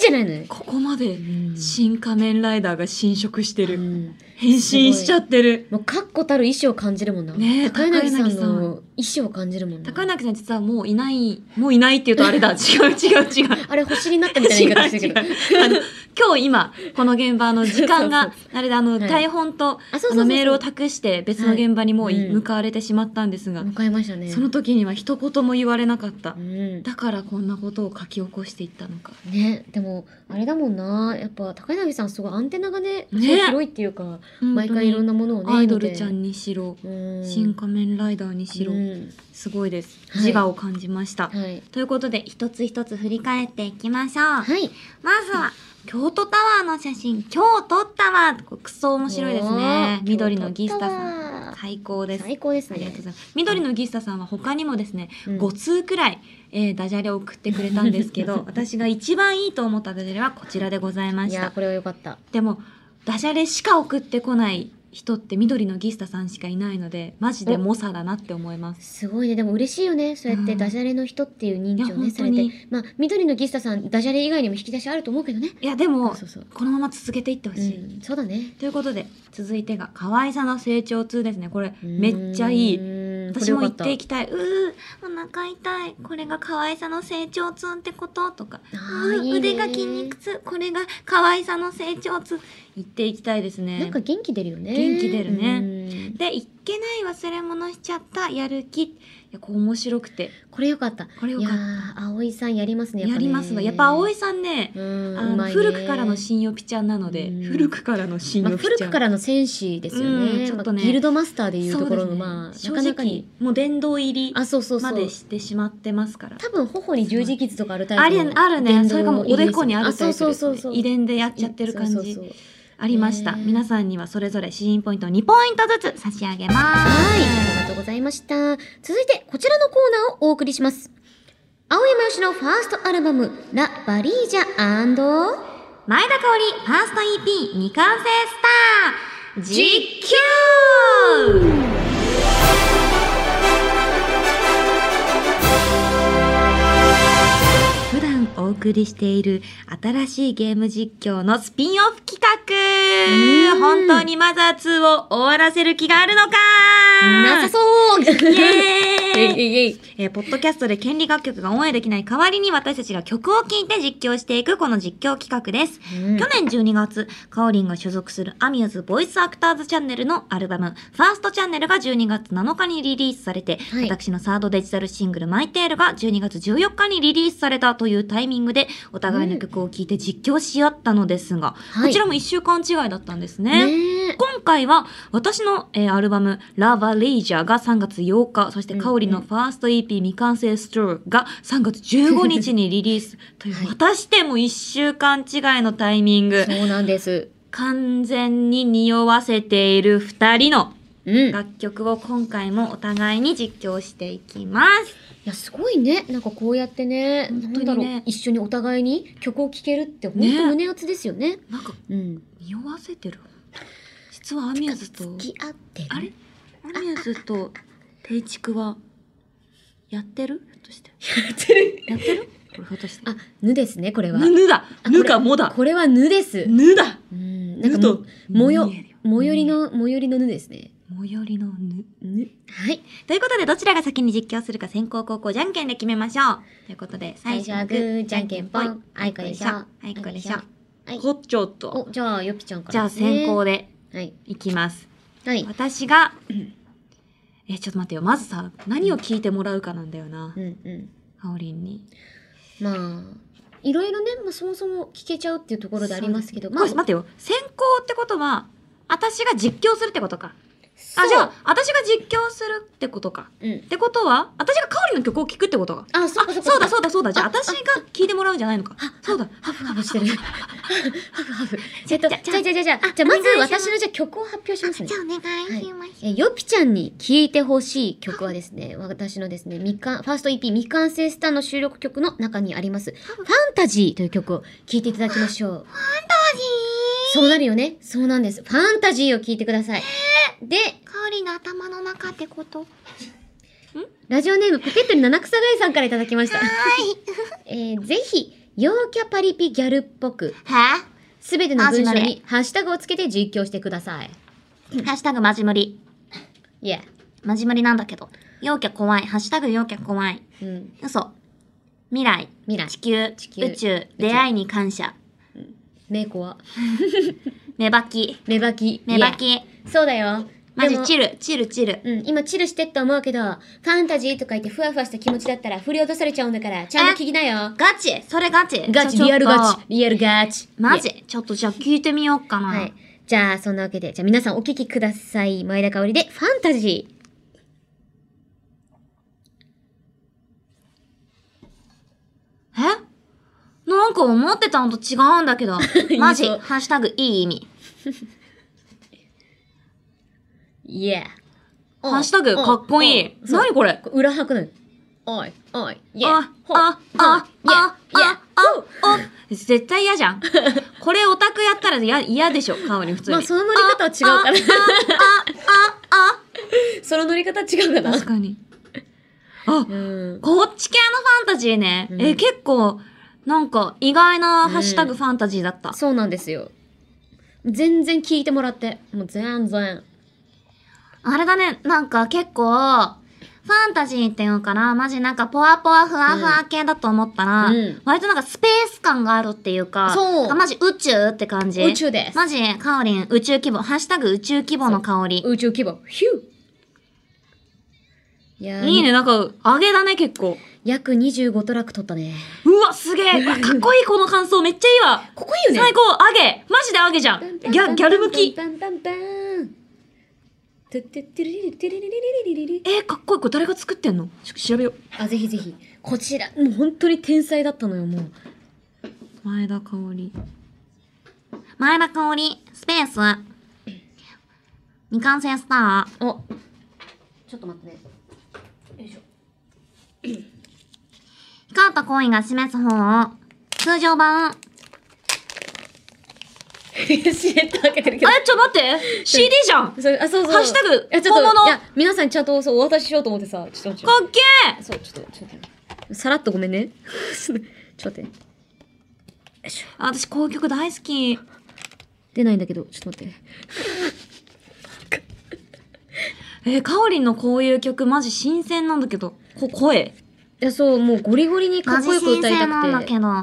A: じゃないのよ。
B: ここまで、新仮面ライダーが侵食してる。
A: うん
B: 変身しちゃってる。
A: もう確固たる意志を感じるもんな。
B: ねえ
A: 高柳さ
B: 高
A: ん
B: 柳
A: の意志を感じるもんな。
B: 高柳さん実はもういない、もういないっていうとあれ だ。違う違う違う。
A: あれ星になったみたいな言い方して るけど。
B: あの、今日今、この現場の時間が、あれであの、
A: はい
B: 台本と、
A: あ、
B: あ
A: そうそうそうそう
B: の、メールを託して別の現場にもうい
A: はいうん
B: 向かわれてしまったんですが、
A: 迎えましたね。
B: その時には一言も言われなかった
A: う。ん。
B: だからこんなことを書き起こしていったのか。
A: ね、でも、あれだもんな。やっぱ、高柳さんすごいアンテナがね、
B: ね
A: すごい広いっていうか、毎回いろん
B: な、
A: なものをね。
B: アイドルちゃんにしろ、
A: に
B: 新仮面ライダーにしろ、
A: うん
B: すごいです。
A: はい
B: 自我を感じました。
A: はい。
B: ということで、一つ一つ振り返っていきましょう。
A: はい。
B: まずは、京都タワーの写真、京都タワー。これクソ面白いですね。
A: おー
B: 緑のギスタさん。
A: ん。
B: 最高です。
A: 最高です
B: ありがとうござ
A: ね。
B: います。緑のギスタさんは他にもですね、
A: うん
B: 5通くらい、えーダジャレを送ってくれたんですけ ど、私が一番いいと思ったダジャレはこちらでございま
A: い
B: し
A: や、
B: た。
A: これは良かった。
B: でも、ダジャレしか送ってこない人って緑のギスタさんしかいないので、マジで猛者だなって思います。
A: すごいね。でも嬉しいよね。そうやっ
B: う
A: て
B: ん
A: ダジャレの人っていう認知を
B: い
A: ね、
B: や
A: され
B: 本
A: て
B: 当。
A: まあ、緑のギスタさん、ダジャレ以外にも引き出しあると思うけどね。
B: いや、でも、
A: そうそう。
B: このまま続けていってほ
A: う
B: しい。
A: ん、そうだね。
B: ということで、続いてが可愛さの成長痛ですね。これ、めっちゃいい。
A: い
B: 私も言ってい
A: き
B: きたい。うー、お腹痛い。これが可愛さの成長痛ってこととか。うー腕が筋肉痛。これが可愛さの成長痛。言っていきたいですね。
A: なんか元気出るよね。
B: 元気出るね
A: ね。
B: で、いっけない忘れ物しちゃった。やる気。やこう面白くて
A: これよかった。
B: これよ
A: い
B: か
A: や
B: った
A: ー、葵さんやりますね。
B: やりますわやっぱ葵
A: さ
B: さんね
A: ん、うん
B: あの
A: うまいね
B: 古くからの新予ピちゃんなので、
A: うん
B: 古くからの新
A: まあ、
B: 予ピ
A: 古
B: ちゃ
A: く
B: ん、
A: からの戦士ですよ
B: う
A: ね。
B: んちょっとね
A: まあギルドマスターでいう
B: そう
A: と
B: です
A: ころの、
B: ね
A: まあ、
B: 正
A: なかなか
B: 直
A: に。
B: もう殿堂入り
A: あ、そうそうそ
B: ま
A: う。
B: でしてしまってますから
A: 多分、頬に十字傷とかあるタイプ
B: ある
A: の
B: あるね
A: 伝統
B: それかもうおでこにあるタイプです、ね、
A: あ、そうそうそうそう。
B: 遺伝でやっちゃってる感じ
A: そうそうそう
B: ありました、
A: ね
B: 皆さんにはそれぞれシーンポイント2ポイントずつ差し上げます
A: はい、ありがとうございました。続いて、こちらのコーナーをお送りします。青山よしのファーストアルバム、ラ・バリージャ
B: 前田香織ファースト EP 未完成スター実況普段お送りしている新しいゲーム実況のスピンオフ企画
A: うん
B: 本当にマザー2を終わらせる気があるのか
A: なさそう
B: イエーイ
A: いえい。
B: えーポッドキャストで権利楽曲がオンエアできない代わりに私たちが曲を聴いて実況していくこの実況企画です。去年12月、カオリンが所属するアミューズボイスアクターズチャンネルのアルバム、ファーストチャンネルが12月7日にリリースされて、
A: はい
B: 私のサードデジタルシングルマイテールが12月14日にリリースされたというタイミングで、お互いの曲を聴いて実況し合ったのですが、
A: はい
B: こちらも1週間違いだったんですね。
A: ねえ。
B: 今回は私の、えーアルバム「ラ・バレイジャー」が3月8日そして香りのファースト EP 未完成ストーが3月15日にリリースという、
A: はい
B: またしても1週間違いのタイミング
A: そうなんです。
B: 完全に匂わせている2人の
A: うん。
B: 楽曲を今回もお互いに実況していきます。
A: いや、すごいね。なんかこうやってね、
B: 本当にね
A: なんだろう、一緒にお互いに曲を聴けるって本
B: ね
A: 当胸熱ですよね。
B: なんか
A: うん。
B: 匂わせてる実はアミューズと
A: 付き合ってる。
B: あれアミューズとテイチクはやってるひょっとして。
A: やってる。
B: やってるこれひょっとして。
A: あ、ぬですね、これは。
B: ぬ、ぬだ
A: あ
B: ぬかもだ
A: これはぬです。
B: ぬだ
A: うん。な
B: ぬ
A: んかも
B: と、
A: もよ
B: 見えるよ、
A: 最寄りの、最寄りのぬですね。
B: 最寄りのぬ。
A: ぬ。はい。
B: ということで、どちらが先に実況するか先行後攻じゃんけんで決めましょう。ということで、最初はグー、じゃんけんぽん。
A: あいこでしょ。
B: あいこでしょ。
A: はい
B: ほっちょっと。
A: お、じゃあ、よぴちゃんから。
B: じゃあ先行。で
A: はい。
B: いきます。
A: はい。
B: 私が、え、ちょっと待ってよ。まずさ、何を聞いてもらうかなんだよな
A: うん。うん。
B: かおりんに。
A: まあ、いろいろね、まあ、そもそも聞けちゃうっていうところでありますけど、
B: ま
A: ま
B: あ、
A: あ、
B: 待ってよ。先行ってことは、私が実況するってことか。
A: そう
B: あ、じゃあ、私が実況するってことか。
A: うん
B: っ。てことは、私がカオリの曲を聴くってことか。
A: あ、そっ
B: あ、
A: か
B: そ
A: そっ
B: う
A: か
B: だそうだそうだ。じゃあ
A: あ
B: 私が聞いてもらうんじゃないのか。そうだ。
A: ハフハフしてる。ハフ ハフ。えっと、
B: じ
A: じ
B: ゃ
A: ゃ
B: じゃ
A: あじゃあじゃあじゃあじゃあまず私のじゃあ曲を発表しますね。
B: お願
A: いしえよぴちゃんに聴いてほしい曲はですね、私のですね、未完、ファースト EP 未完成スターの収録曲の中にあります、ファンタジーという曲を聴いていただきましょう。ファンタジーそうなるよね。そうなんです。ファンタジーを聴いてください。で、
H: 香りの頭の中ってこと
A: ラジオネームポケットに七草がいさんからいただきました。 えーぜひ、陽キャパリピギャルっぽく、
B: は
A: すべての文章にハッシュタグをつけて実況してください。
B: ぁハッシュタグマジムリ。
A: いや、
B: マジムリなんだけど。陽キャ怖い。ハッシュタグ陽キャ怖い。
A: うん、
B: 嘘。未来。
A: 未来
B: 地球。
A: 地球
B: 宇宙。出会いに感謝。
A: メイコは、
B: 芽吹き。
A: 芽吹き。
B: 芽吹き。
A: き。そうだよ。
B: マ
A: で
B: ジ
A: も
B: チル。チルチル。
A: うん、今チルしてって思うけど、ファンタジーとか言ってふわふわした気持ちだったら振り落とされちゃうんだから、ちゃんと聞きなよ。
B: ガチそれガチ
A: ガチ、
B: ちょ
A: リアルガ
B: ちょっ
A: チ、リアルガチ。
B: とマ
A: い
B: ジちょっとじゃあ聞いてみようかな。
A: やはい。じゃあ、そんなわけで、じゃあ皆さんお聞きください。前田香織で、ファンタジー。
B: えなんか思ってたのと違うんだけ ど。マジ、
A: 言いそう
B: ハッシュタグいい意味。
A: イエー。
B: ハッシュタグかっこいい。
A: そう
B: 何これ
A: 裏拍のよ。おい、おい、イエー。
B: あ、あ、あ、あ、あ、あ、あ、絶対嫌じ ゃん。これオタクやったら嫌嫌でしょ、カオリン普通に。
A: まあ、その乗り方は違うから。
B: あ、
A: その乗り方は違うか
B: あ、
A: な。
B: 確かに。あ、
A: うん。
B: こっち系のファンタジーね。
A: うん
B: え、結構、なんか意外なハッシュタグ
A: うん
B: ファンタジーだった。
A: そうなんですよ。全然聞いてもらって。もう全然。
B: あれだね、なんか結構、ファンタジーっていうのかな、マジなんかポワポワふわふわ系だと思ったら、
A: うん
B: 割となんかスペース感があるっていうか、
A: そう
B: なんかマジ宇宙って感じ。
A: 宇宙です。
B: マジ、カオリン、宇宙規模、ハッシュタグ宇宙規模の香り。
A: 宇宙規模。ヒュー。いやー
B: いいね、なんか、揚げだね、結構。
A: 約25トラック取ったね。
B: うわ、すげえ。かっこいい、この感想。めっちゃいいわ。
A: ここいいよね
B: 最高、揚げ。マジで揚げじゃん。ギャ、ギャル向き。
A: バンバンバンバン。トゥットゥットゥリリリリリリリリリリ
B: えー、かっこいい。これ誰が作ってんのちょっと調べよ
A: あ、ぜひぜひ。こちら、もう本当に天才だったのよ、もう。
B: う。前田香織。
I: 前田香織、スペース、未完成スター、
A: お。ちょっと待ってね。
I: 光と恋が示す方を、通常版、
A: シレット開けてるけど。
B: え、ちょ、待って。CD じゃん。か
A: それあ、そうそう。
B: ハッシュタグ
A: いやちょっと
B: 本物
A: いや、皆さんにちゃんとそうお渡ししようと思ってさ、ちょっと待っ
B: っ
A: て。
B: けえ。
A: そう、ちょっと、ちょっと待って。さらっとごめんね。 ちょっと待って。
B: あ私、こういう曲大好き。
A: 出ないんだけど、ちょっと待って。
B: えー、かおりんのこういう曲、マジ新鮮なんだけど。こ、声。
A: いや、そう、もうゴリゴリにか
I: マ
A: っ
I: ジ
A: こよく
I: 新
A: 歌いた
I: 鮮なん
A: く
I: だ
A: て。
I: けど、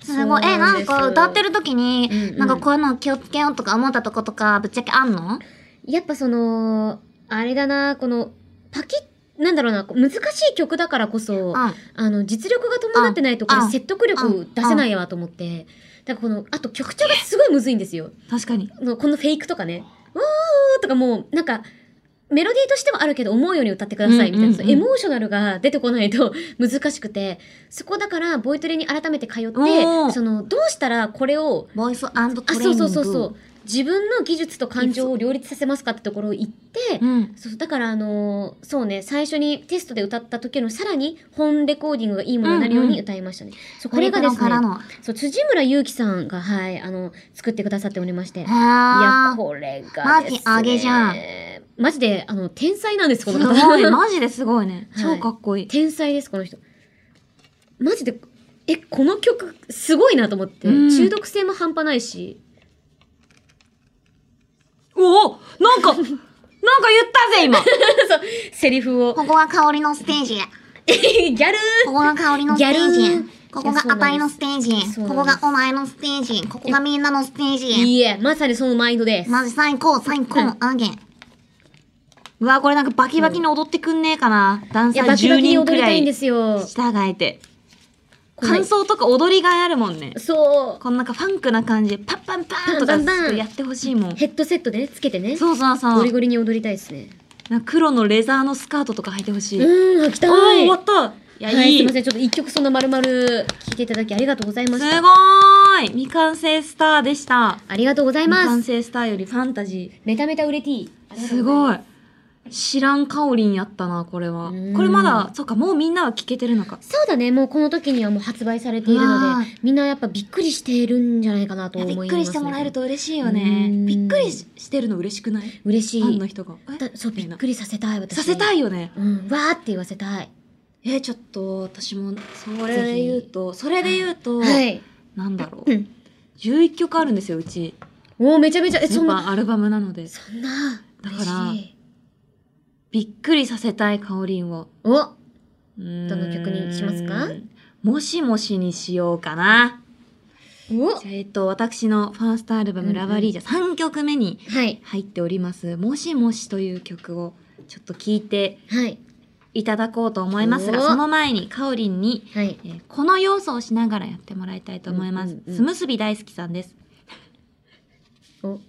I: すごい。
A: そう
I: え、
A: なん
I: な
A: で
I: ん
A: す
I: か歌ってる時に、
A: うんうん
I: なんかこういうの気をつけようとか思ったとことか、ぶっちゃけあんの
A: やっぱその、あれだな、この、パキッ、なんだろうな、こう難しい曲だからこ
I: う
A: そ、
I: ん。
A: あの、実力が伴ってないとこ
I: う
A: れ
I: ん
A: 説得力出せないわと思って。だからこの、あと曲調がすごいむずいんですよ。
B: 確かに。
A: このこのフェイクとかね。うおーとかもう、なんか、メロディーとしてはあるけど思うように歌ってくださいみたいな、
B: うんうんうん
A: エモーショナルが出てこないと 難しくて、そこだからボイトレに改めて通って
B: おー、
A: その、どうしたらこれを
I: ボイストレーニング。
A: あそうそうそうそう自分の技術と感情を両立させますかってところを言って、
B: うん。
A: そうだからあのーそうね最初にテストで歌った時のさらに本レコーディングがいいものになるよう
B: うんう
A: に歌いましたね、そうこ
I: これ
A: れが
I: がです
A: で
I: すから
A: ね
I: の。
A: そう辻村勇樹さんがはいあの作ってくださっておりましていや
I: あ
A: これがですね
I: マジ上げじゃん
A: マジであの天才なんですこ
B: す
A: の方
B: ごい、マジですごいね。
A: はい
B: 超かっこいい。
A: 天才ですこの人マジでえこの曲すごいなと思って、
B: うん
A: 中毒性も半端ないし
B: おおなんか、なんか言ったぜ、今。
A: セリ フを
I: ーここが香りのステージ。
A: ギャル
I: ここが香りのステ
A: ギャ
I: ー
A: ル
I: ジ。ここがあたいのステージ。
A: そう
I: ここ
A: なんです
I: がお前のステージ。ここがみんなのステージ。
A: いいえ、まさにそのマインドです。
I: マジ最高、最高、あげ。
B: うわ、これなんかバキバキに踊ってくんねえかな。ダン
A: い
B: サ
A: や、
B: ー
A: バキ
B: 10
A: バキに
B: 人
A: 踊
B: く
A: り
B: ら
A: たいんで
B: い
A: すよ。
B: 従えて。
A: この
B: 感想とか踊りがあるもんね。
A: そ
B: このなんかファンクな感じでパッパンパーンと
A: パ
B: か
A: ンパンパン
B: やってほしいもん
A: う。。ヘッドセットでね、つけてね。
B: そうそうそ
A: ゴリ
B: う。
A: ゴリに踊りたいですね。
B: なんか黒のレザーのスカートとか履いてほしい。おー
A: うーん、履きたい。
B: 終わ
A: は
B: った。いや、
A: い、
B: い
A: すい
B: い。
A: ますせん。ちょっと一曲そんな丸々聞いていただきありがとうござい
B: ご
A: ました。
B: ーい。未完成スターでした。
A: ありがとうござい
B: 未
A: ま
B: 完
A: す。
B: 成スターよりファンタジ
A: メタメタ売れ T。
B: ー。すごい。知らんかおりんやったな、これは
A: うん。
B: これまだ、そっか、もうみんなは聞けてるのか。
A: そうだね、もうこの時にはもう発売されている
I: う
A: の
I: わ
A: で、みんなやっぱびっくりしているんじゃないかなと
B: いや
A: 思い
B: び
A: ます、
B: っく
A: ね。
B: りしてもらえると嬉しいよ
A: う
B: ね。
A: ん
B: びっくりししてるの嬉しくない
A: 嬉し
B: ファンの
A: い。
B: 人が。え
A: だそう、
B: み
A: びった
B: いな
A: くりさせたい、私。
B: させた
A: い。
B: いよね。
A: うん、わーって言わせたい。
B: えー、ちょっと私もそれで言うとそれで言うと、
A: はい。
B: なんだろう、
A: うん
B: 11曲あるんですようち
A: おー、めちゃめちゃ、え、そ
B: 全
A: んな、
B: 般アルバムなので
A: そんな、
B: だ
A: 嬉
B: か
A: し
B: ら
A: い。
B: びっくりさせたいかおりんを
A: お
B: どの
A: どの曲にしますか
B: もしもしにしようかな
A: お
B: じゃあえっと私のファーストアルバ
A: うんう
B: ム「
A: ん
B: ラバリージャ」3曲目に
A: はい。
B: 入っております「もしもし」という曲をちょっと聞いて
A: はい。
B: いただこうと思いますが
A: お
B: その前にかおりんに
A: はい。
B: えーこの要素をしながらやってもらいたいと思います。
A: うんうんうん
B: すむすび大好きさんです
A: お。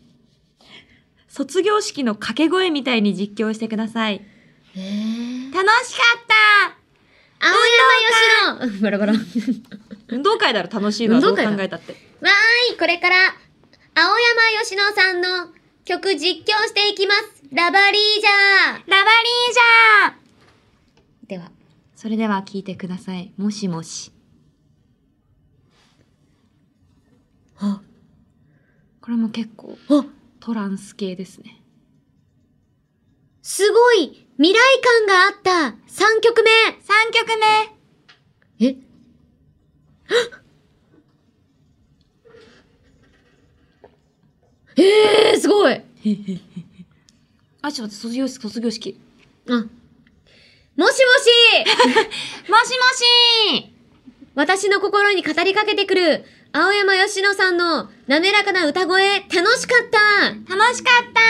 B: 卒業式の掛け声みたいに実況してください。
A: えー。
B: 楽しかっ
A: 青山よしのバラバラ。わー
B: た運動会だろ、楽しいのはど
A: 運動
B: う考
A: 会だ
B: えたって。
A: い、これから、青山よしのさんの曲実況していきます。ラバリージャ
B: ラバリーじゃん
A: ーでは。
B: それでは聞いてください。もしもし。
A: あ、
B: これも結構
A: あ、
B: トランス系ですね。
A: すごい未来感があった !3 曲目
B: 3曲目
A: ええー、すごい
B: あ、ちょっと待って、卒業式、卒業式。
A: あ、もしも
B: も
A: し
B: しもし
A: 私の心に語りかけてくる青山よしのさんの滑らかな歌声楽しかった
B: 楽しかった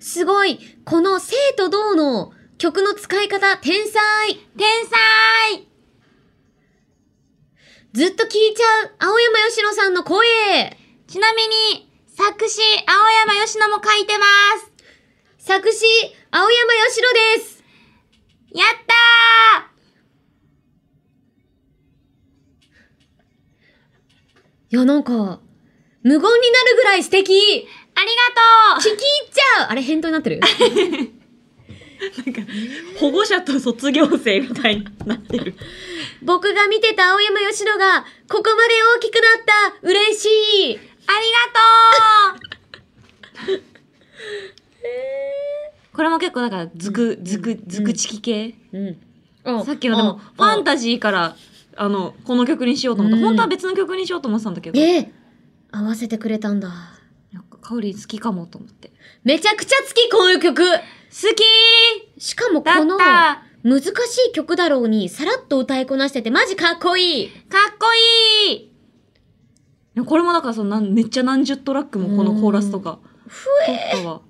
A: すごいこの生と同の曲の使い方、天才
H: 天才
A: ずっと聴いちゃう青山よしのさんの声
H: ちなみに、作詞、青山よしのも書いてます。
A: 作詞、青山よしのです
H: やった
A: いや、なんか、無言になるぐらい素敵聞
H: ーありがと
A: き入っちゃうあれ、返答になって る
C: 保護者と卒業生みたいになってる。
A: 僕が見てた青山よしのが、ここまで大きくなった嬉しいう
H: ありがと
B: これも結構だから、ずく、ずく、ずくちき系。
A: うん。
B: さっきのでも、ファンタジーから、あの、この曲にしようと思った。
A: うん
B: 本当は別の曲にしようと思ってたんだけど、
A: ええ、合わせてくれたんだ。
B: なんか香り好きかもと思って。
A: めちゃくちゃ好き、こういう曲
B: 好き
A: しかも
H: うだ
A: この、
H: った
A: 難しい曲だろうに、さらっと歌いこなしてて、マジかっこいい
H: かっこいい
B: ーこれもだからそのなん、めっちゃ何十トラックもこのコーラスとか。ふえとかは。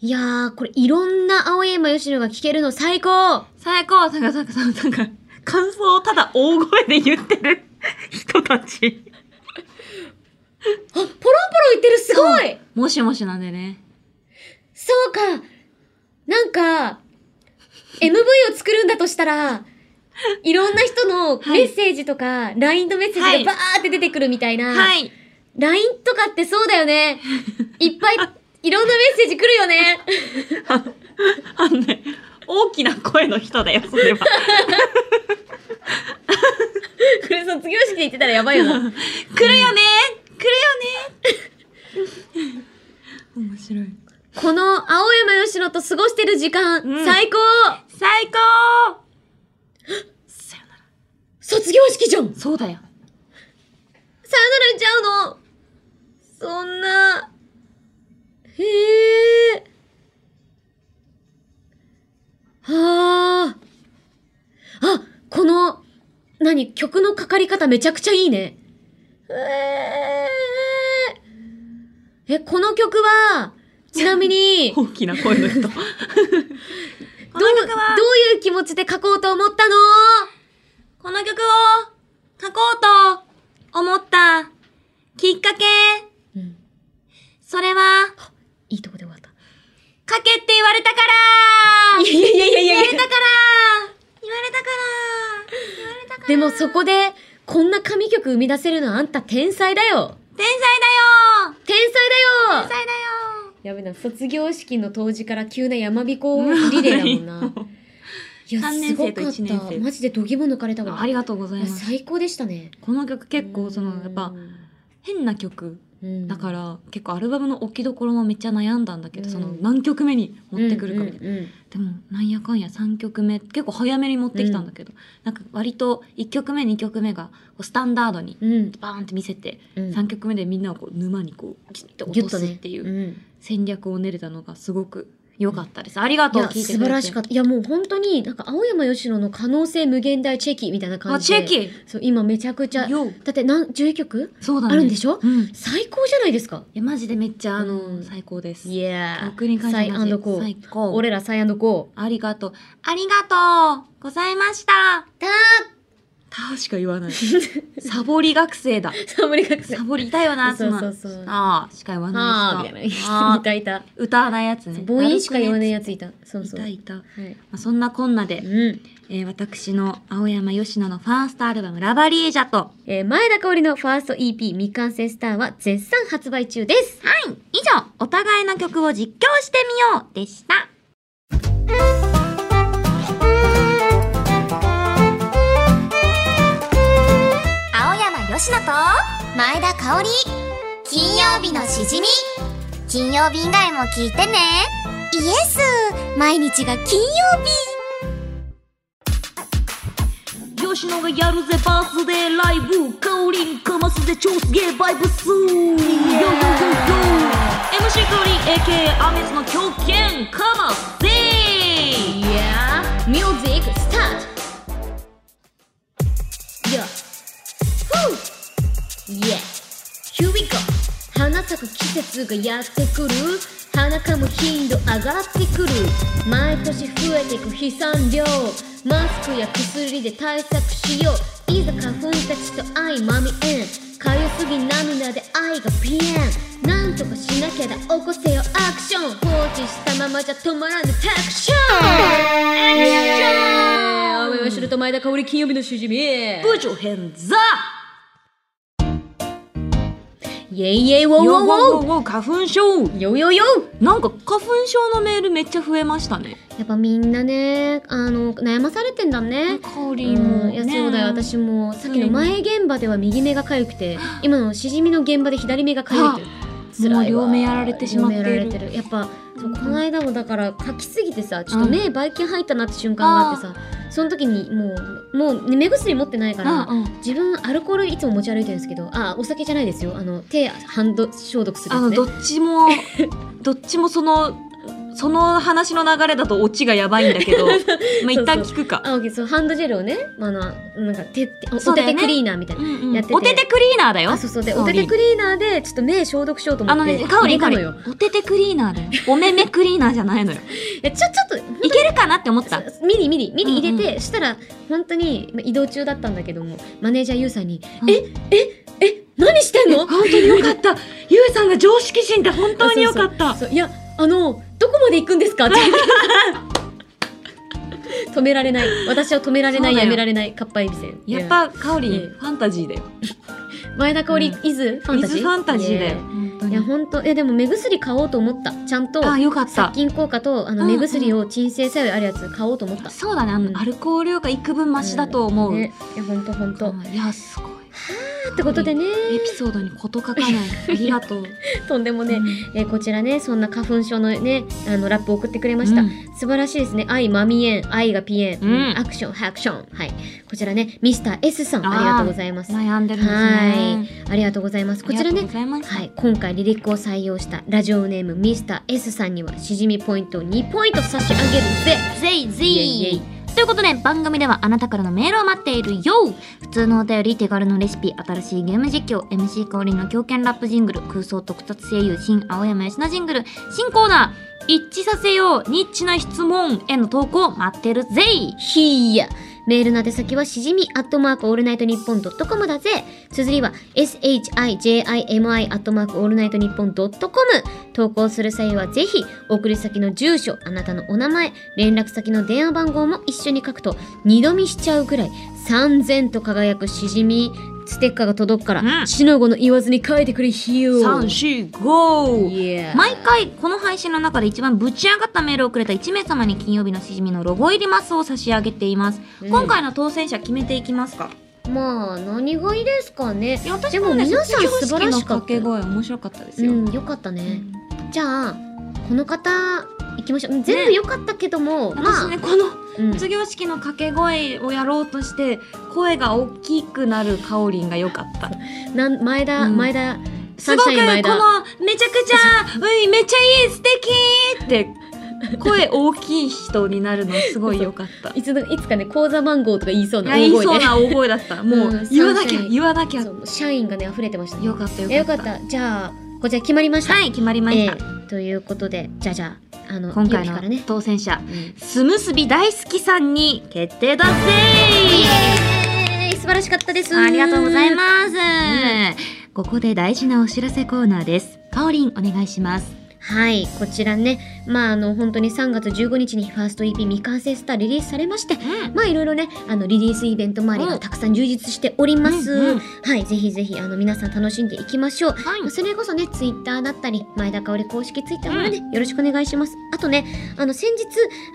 A: いやー、これいろんな青山吉野が聴けるの最高
B: 最高なんか、なんか、なんか、なんか感想をただ大声で言ってる人たち。
A: あ、ポロンポロンいってる、すごい
B: もしもしなんでね。
A: そうかなんか、MV を作るんだとしたら、いろんな人のメッセージとか、LINE のメッセージがバーって出てくるみたいな、
B: はい。
A: LINE とかってそうだよね。いっぱい、いろんなメッセージ来るよね。
B: あのね、大きな声の人だよ、それは。
A: これ卒業式で言ってたらやばいよな。
B: 来るよね来るよね面白い。
A: この青山よしのと過ごしてる時間、
B: うん
A: 最高
B: 最高
A: 卒業式じゃんさよ
B: そうだよ。
A: なら行っちゃうのそんな。へえ。はあ。あ、この、何、曲のかかり方めちゃくちゃいいね。えーえ、この曲は、ちなみ に、
B: 大きな声 の人。
A: どうどういう気持ちで書こうと思ったの
H: この曲を書こうと思ったきっかけ、
A: うん
H: それはい
A: いとこで終わった。
H: 書けって言われたか
A: い
H: ら
A: やいやいやいや
H: 言
A: い
H: われ
A: や
H: たから言われたから言われたから
A: でもそこで、こんな神曲生み出せるのあんた天才だよ
H: 天才だよ
A: 天才だ
H: 天
A: よ
H: 才だよ
A: やべな、卒業式の当時から急な山びこリレーだもんな。いや、
B: 三
A: す
B: 年
A: ご
B: 生と
A: かっ
B: 一年
A: た。
B: 生
A: マジで度肝抜かれたわ。
B: ありがとうござい
A: い
B: ま
A: や
B: す。
A: 最高でしたね。
B: この曲結構そのやっぱ変な曲
A: うん、
B: だからら結構アルバムの置きどころもめっちゃ悩んだんだけど、その何曲目に持ってくるかみたいな。でもなんやかんや3曲目結構早めに持ってきたんだけど、なんか割と1曲目2曲目がこうスタンダードに
A: うん、うん
B: バーンって見せて、
A: うん。
B: 3曲目でみんなをこう沼にこうギュッと落
A: ぎゅっ
B: と
A: と
B: すっ
A: ね。
B: ていううん戦略を練れたのがすごく良かったです。ありが
A: い
B: とう
A: や、
B: 聞いてくれて
A: 素晴らしか
B: っ
A: った。いや、もう本当に、なんか、青山よしのの可能性無限大チェキみたいな感
B: あ
A: じ
B: チ
A: で。
B: ェキ
A: そう、今めちゃくちゃ。だ
B: よう
A: って、なん、11曲
B: そうだね
A: あるんでしょ
B: うん、い
A: 最高じゃないですか。
B: やマジでめっちゃあの、
A: うん
B: 最高です。
A: いや
B: 僕に関してはマジ
A: サイコー
B: 最高
A: 俺らサイコ
B: ありがとう。
H: ありがとうございました
A: ー。だ
B: たしか言わない。サボり学生 だ。
A: ーサボり学生。
B: サボりいたよな、
A: そう
B: 妻
A: そうそう。
B: ああ、しか言わ
A: あ
B: ない
A: ーみたい
B: で
A: な。
B: す
A: 人
B: か。
A: いたいた。
B: 歌わないやつね。
A: 母音しか言わない
B: や
A: やついた。そう
B: い
A: そう。
B: た
A: はい
B: た。ま
A: い。
B: あ、そんなこんなで、
A: うん。
B: えー私の青山吉野のファーストアルバム、ラバリージャと、
A: えー前田香織のファースト EP 未完成スターは絶賛発売中です。
H: はい以上、お互いの曲を実況してみようでした。
G: 青山よしのと前田香織金曜日のしじみ金曜日以外も聞いてねイエス毎日が金曜
C: 吉野がやるぜバースデーライブカオリンかますぜ超すげーバイブス Yo, yo, yo, yo MC カオリン AKA アメスの狂犬かますぜ
A: Yeah! Music start! Yeah! Woo! Yeah! Here we go! 花咲くく季節がやってくる花かむ頻度上がってくる毎年増えてく飛散量マスクや薬で対策しよういざ花粉たちと相まみえんかゆすぎ涙で愛がピエンなんとかしなきゃだ起こせよアクション放置したままじゃ止まらぬタクションアクション青山しると前田香織金曜日のしじみ
B: 部長編ザ
A: イェイイェイウォウウ
B: よ
A: ォウウォ
B: おお花粉症
A: ウよよよ
B: なんか花粉症のメールめっちゃ増えましたね
A: やっぱみんなねあの悩まされてんだね
B: 香りも、
A: うん、い
B: ね、
A: やそうだよ私もさっきの前現場では右目が痒くて今のしじみの現場で左目が痒いという辛いわ
B: もう両目やられてしまっている
A: 両目やられてるやっぱそうこの間もだから書きすぎてさちょっと目ばい菌入ったなって瞬間があってさその時にもうもうね目薬持ってないから
B: うんうん
A: 自分アルコールいつも持ち歩いてるんですけどあお酒じゃないですよあの手ハンド消毒する
B: あ
A: やつ
B: の
A: ね
B: どっち もどっちもそのその話の流れだとオチがやばいんだけ どまあ一旦聞くか
A: あ、オッケー、そう、ハンドジェルをね、まあ、あの、なんか、手って、お
B: そう
A: お
B: だ
A: 手
B: よね
A: 手クリーナーみたいな。
B: うんうん
A: やってて
B: おててクリーナーだよ
A: あ、そうそう、で、
B: そう
A: お手手クリーナーで、ちょっと目消毒しようと思
B: あ
A: って。
B: のね香り
A: 入れ
B: 香
A: た
B: り
A: のよ。
B: おててクリーナーだよおめめクリーナーじゃ ないのよ
A: え、ちょ、ちょっ
B: いけるかなって思った
A: と、ミリミリ、ミリ入れて、
B: うん
A: したら、本当に、まあ移動中だったんだけども、マネージャーユウさんに、
B: うん
A: え、え、え、何してんの
B: 本当によかった ゆうさんが常識人って本当によかった
A: そういや、あの、どこまで行くんですかって。 止められない。私は止められな
B: そう
A: い、
B: だよ
A: やめられない、かっぱえびせん。
B: やっぱ香り、
A: うん
B: ファンタジーだよ
A: 前田香織、
B: う
A: 伊豆ファンタジー。
B: 水ファンタジーだよ、
A: ね
B: 本当
A: い
B: に
A: や本当いやでも目薬買おうと思ったちゃんと
B: あよかっ
A: 殺
B: た
A: 菌効果とあの
B: うんうん
A: 目薬を鎮静作用あるやつ買おうと思った、
B: そうだねあの、
A: うん
B: アルコール量が幾分マシだと思う、
A: ね、いや本当本当
B: うんいやすごい
A: ってことでね
B: エピソードに事書かないありがとう
A: とんでもね、えーこちらねそんな花粉症のねあのラップを送ってくれました、
B: うん
A: 素晴らしいですね愛マミエン愛がピエン、
B: うん
A: アクションハクションはいこちらねミスター S さん
B: あー
A: ありがとうございます
B: 悩んでるんです
A: は
B: ね
A: いありがとうございますこちら
B: ありがとう
A: ね
B: ございます
A: はい、今回リリックを採用したラジオネームミスター S さんにはしじみポイントを2ポイント差し上げるぜ
J: ぜいぜ
A: イエイイエ
J: い
A: イ
J: ということで番組ではあなたからのメールを待っているよ普通のお便り手軽のレシピ新しいゲーム実況 MC 香りの狂犬ラップジングル空想特撮声優新青山吉乃ジングル新コーナー一致させようニッチな質問への投稿待ってるぜい
A: ひいや。メールの宛先はしじみアットマークオールナイトニッポンドットコムだぜ。綴りは shijimi アットマークオールナイトニッポンドットコム。投稿する際はぜひ、送り先の住所、あなたのお名前、連絡先の電話番号も一緒に書くと、二度見しちゃうくらい、三千と輝くしじみ、ステッカーが届くか
B: うん
A: ら、しのごの言わずに書いてくれひよ。
B: 三四五。
J: 毎回この配信の中で一番ぶち上がったメールをくれた1名様に金曜日のしじみのロゴ入りマスを差し上げています、今回の当選者決めていきますか
A: まあ、何がいいですかね。
B: いや私
A: でも皆さん素晴らし
B: 掛
A: かっ
B: け
A: た。
B: 声面白かったです
A: う
B: よ。
A: ん、よかったね。じゃあこの方行きましょう全部良かったけども、ま
B: 私
A: あ、
B: ねこの
A: うん
B: 卒業式の掛け声をやろうとして声が大きくなるかおりんが良かった。
A: なん前田、
B: うん
A: 前田サ
B: す
A: ン
B: ご
A: シ
B: くこ
A: ャイン前田
B: のめちゃくちゃうんめちゃいい素敵って声大きい人になるのすごい良かった。い
A: いつのいつかね口座番号とか言いそう
B: や
A: な大
B: 言い
A: 声
B: そう
A: で
B: な大声だった。も
A: う
B: うん言わなき
A: サンシ
B: ゃ
A: ャイン
B: 言わなきゃ。
A: そう社員がね溢れてましたね
B: よかった
A: えよ
B: よ
A: か
B: か
A: っ
B: ったた。
A: じゃあこちら決まりました、
B: はい決まりまし
A: え
B: た。
A: えということでじゃじゃああの
B: 今回
A: ゆうきから
B: の
A: ね
B: 当選者
A: うん
B: すむすび大好きさんに決定だぜ
A: えー素晴らしかったです
B: ありがとうございます、
A: ん
B: ここで大事なお知らせコーナーですかおりんお願いします
A: はい、こちらね、まああの本当に3月15日にファースト EP 未完成スターリリースされまして、まあいろいろね、あのリリースイベント周り
B: うん
A: がたくさん充実しております。
B: うんうん
A: はい、ぜひぜひあの皆さん楽しんでいきましょう。
B: はい
A: まあそれこそね、ツイッターだったり、前田香織公式ツイッターもね、よろしくお願いします。あとね、あの先日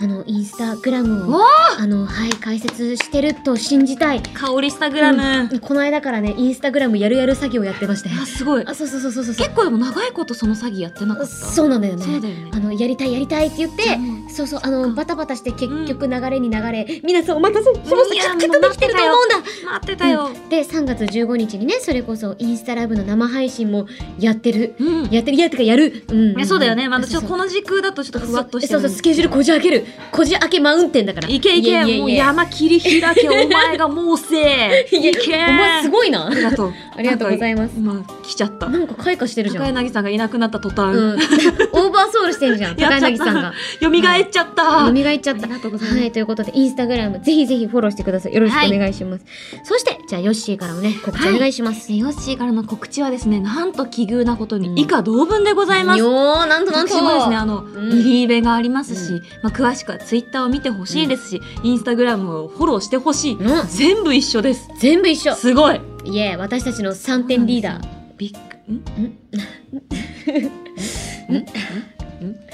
A: あのインスタグラム
B: お
A: をあのはい解説してると信じたい。
B: かおりスタグラム、
A: この間からね、インスタグラムやるやる作業やってまして。
B: あすごい
A: あ、そうそうそうそうそうそう。
B: 結構でも長いことその詐欺やってなかった
A: そうなんだよね。
B: そうだよね
A: あのやりたいやりたいって言って、そうそうあのバタバタして結局流れに流れ、皆さんお待たせしましたきっとできてると思うんだ
B: 待ってたよ。
A: で3月15日にねそれこそインスタライブの生配信もやってる、
B: うん。
A: やってるやってかやる、うん
B: いやそうだよね。まだちょっと
A: そう
B: この時空だとちょっとふわっとして
A: そう
B: る
A: そうスケジュールこじ開けるこじ開けマウンテンだから
B: いけいけもう
A: や
B: 山切り開けお前がもうせい
A: い
B: け
A: お前すごいな
B: ありがとう
A: ありがとうございます
B: まあ来ちゃった
A: なんか開花してるじゃ
B: 高
A: ん、
B: 柳さんがいなくなった途端、
A: うん、オーバーソウルしてるじゃん
B: や
A: 高
B: っちゃった
A: 柳さんが
B: 蘇っちゃった、
A: 蘇っちゃっ
B: あ
A: た
B: りがとうございます
A: はいということでインスタグラムぜひぜひフォローしてくださいよろしくお願いします、そしてじゃあヨッシーからもね告知お願いします、
B: えヨッシーからの告知はですねなんと奇遇なことに、
A: うん
B: 以下同文でございます
A: よーなんとなんと
B: 私もですねあの、
A: ん
B: リリーベがありますし、
A: う
B: まあ、詳しくはツイッターを見てほしいですし、インスタグラムをフォローしてほしい、
A: うん
B: 全部一緒です
A: 全部一緒
B: すごい
A: いえ私たちの3点リーダー
B: ビッグんんんん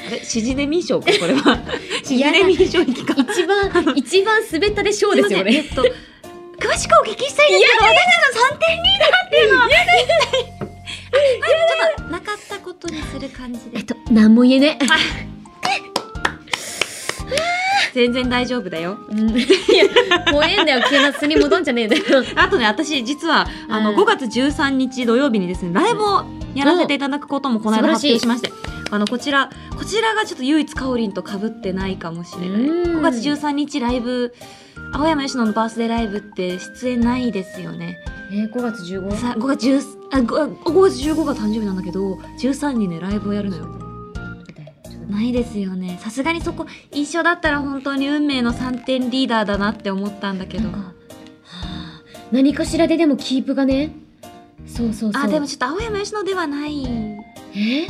B: あれシジネミー賞かこれはシジネミー賞行きか
A: 一番一番滑ったでしょうですよ
B: すいま
A: ね
B: せんえっと詳しくお聞きしたいんですけど私たちの三点リーダーっていうのは
K: ちょっとなかったことにする感じで
A: えっと何も言えね
B: 全然大丈夫だよ
A: えうんいや怖えんだよ急な素に戻んじゃねえんだよ
B: あとね私実はあの
A: うん
B: 5月13日土曜日にですねライブをやらせていただくこともこの間
A: お
B: 発
A: 素晴らし
B: 表
A: い
B: しましてあのこちらこちらがちょっと唯一かおりんと被ってないかもしれない
A: うん
B: 5月13日ライブ青山佳乃のバースデーライブって出演ないですよね
A: え5月 15?
B: さ5月10あ 5, 月15が誕生日なんだけど13にねライブをやるのよないですよねさすがにそこ一緒だったら本当に運命の3点リーダーだなって思ったんだけど
A: なんかはあ何かしらででもキープがねそうそうそう
B: あでもちょっと青山佳乃ではない
A: え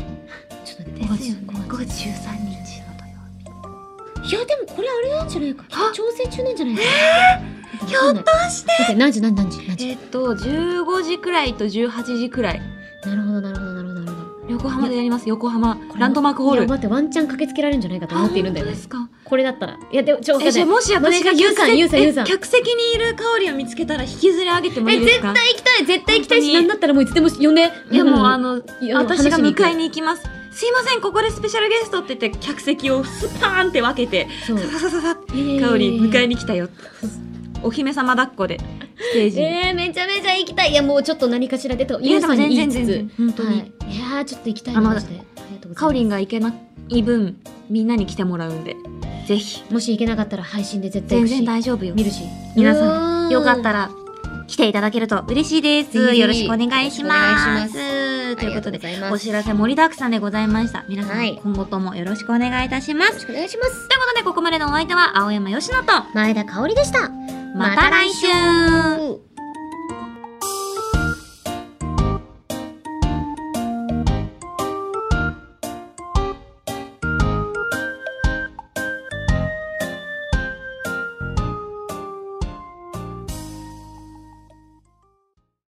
A: ちょっと待って
B: ですよね。
A: 5
B: 5
A: 月
B: 月13日の土曜
A: 5月いやでもこれあれなんじゃないか
B: あ
A: 調整中なんじゃないかえひょっとして待って何時何時何時何時
B: 日。えっと15時くらいと18時くらい
A: なるほどなるほどなるほどなるほど
B: 横浜でやります。横浜
A: これ
B: ランドマークホー
A: いや
B: ル。
A: 待ってワンチャン駆けつけられるんじゃないかと思っているんだよ
B: あ本当
A: ね
B: ですか。
A: これだったらいやでもちょっと
B: えじゃあ
A: 待って
B: もし私が
A: もしゆうさんゆうさんゆうさん
B: え客席にいる香りを見つけたら引きずり上げてもいいですか。
A: 行きたい絶対行きたい
B: 本
A: し
B: 当に
A: 何だったらもういつでも呼んで
B: いやもうあ
A: ん
B: の
A: いや
B: 私が
A: 話に行く
B: 迎えに行きます。すいませんここでスペシャルゲストって言って客席をスパーンって分けて
A: そう
B: ささささって香
A: 香
B: り迎えに来たよ。お姫様抱っこでステージに。
A: えー、めちゃめちゃ行きたいいやもうちょっと何かしらでと
B: い
A: ゆ
B: やで
A: うさ
B: も
A: んに
B: 全
A: 言
B: 然
A: い
B: 全
A: つ
B: 然
A: つ
B: 本当
A: はい
B: に。
A: いやーちょっと行きたい
B: あの
A: マジでありがとうございます
B: かおりんが行けない分みんなに来てもらうんでぜひ
A: もし行けなかったら配信で絶対
B: 全
A: 行くし
B: 然大丈夫よ
A: 見るし
B: 皆さ
A: うん
B: よかったら来ていただけると嬉しいで
A: ぜひぜ
B: す
A: ひ
B: よろしくお願いしま
A: よ
B: すということ
A: ありがとうござい
B: で
A: ます
B: お知らせ盛りだくさんでございました皆さ
A: は
B: ん
A: い
B: 今後ともよろしくお願いいたします
A: お願いします
B: ということでここまでのお相手は青山佳乃と
A: 前田香織でした
B: また来週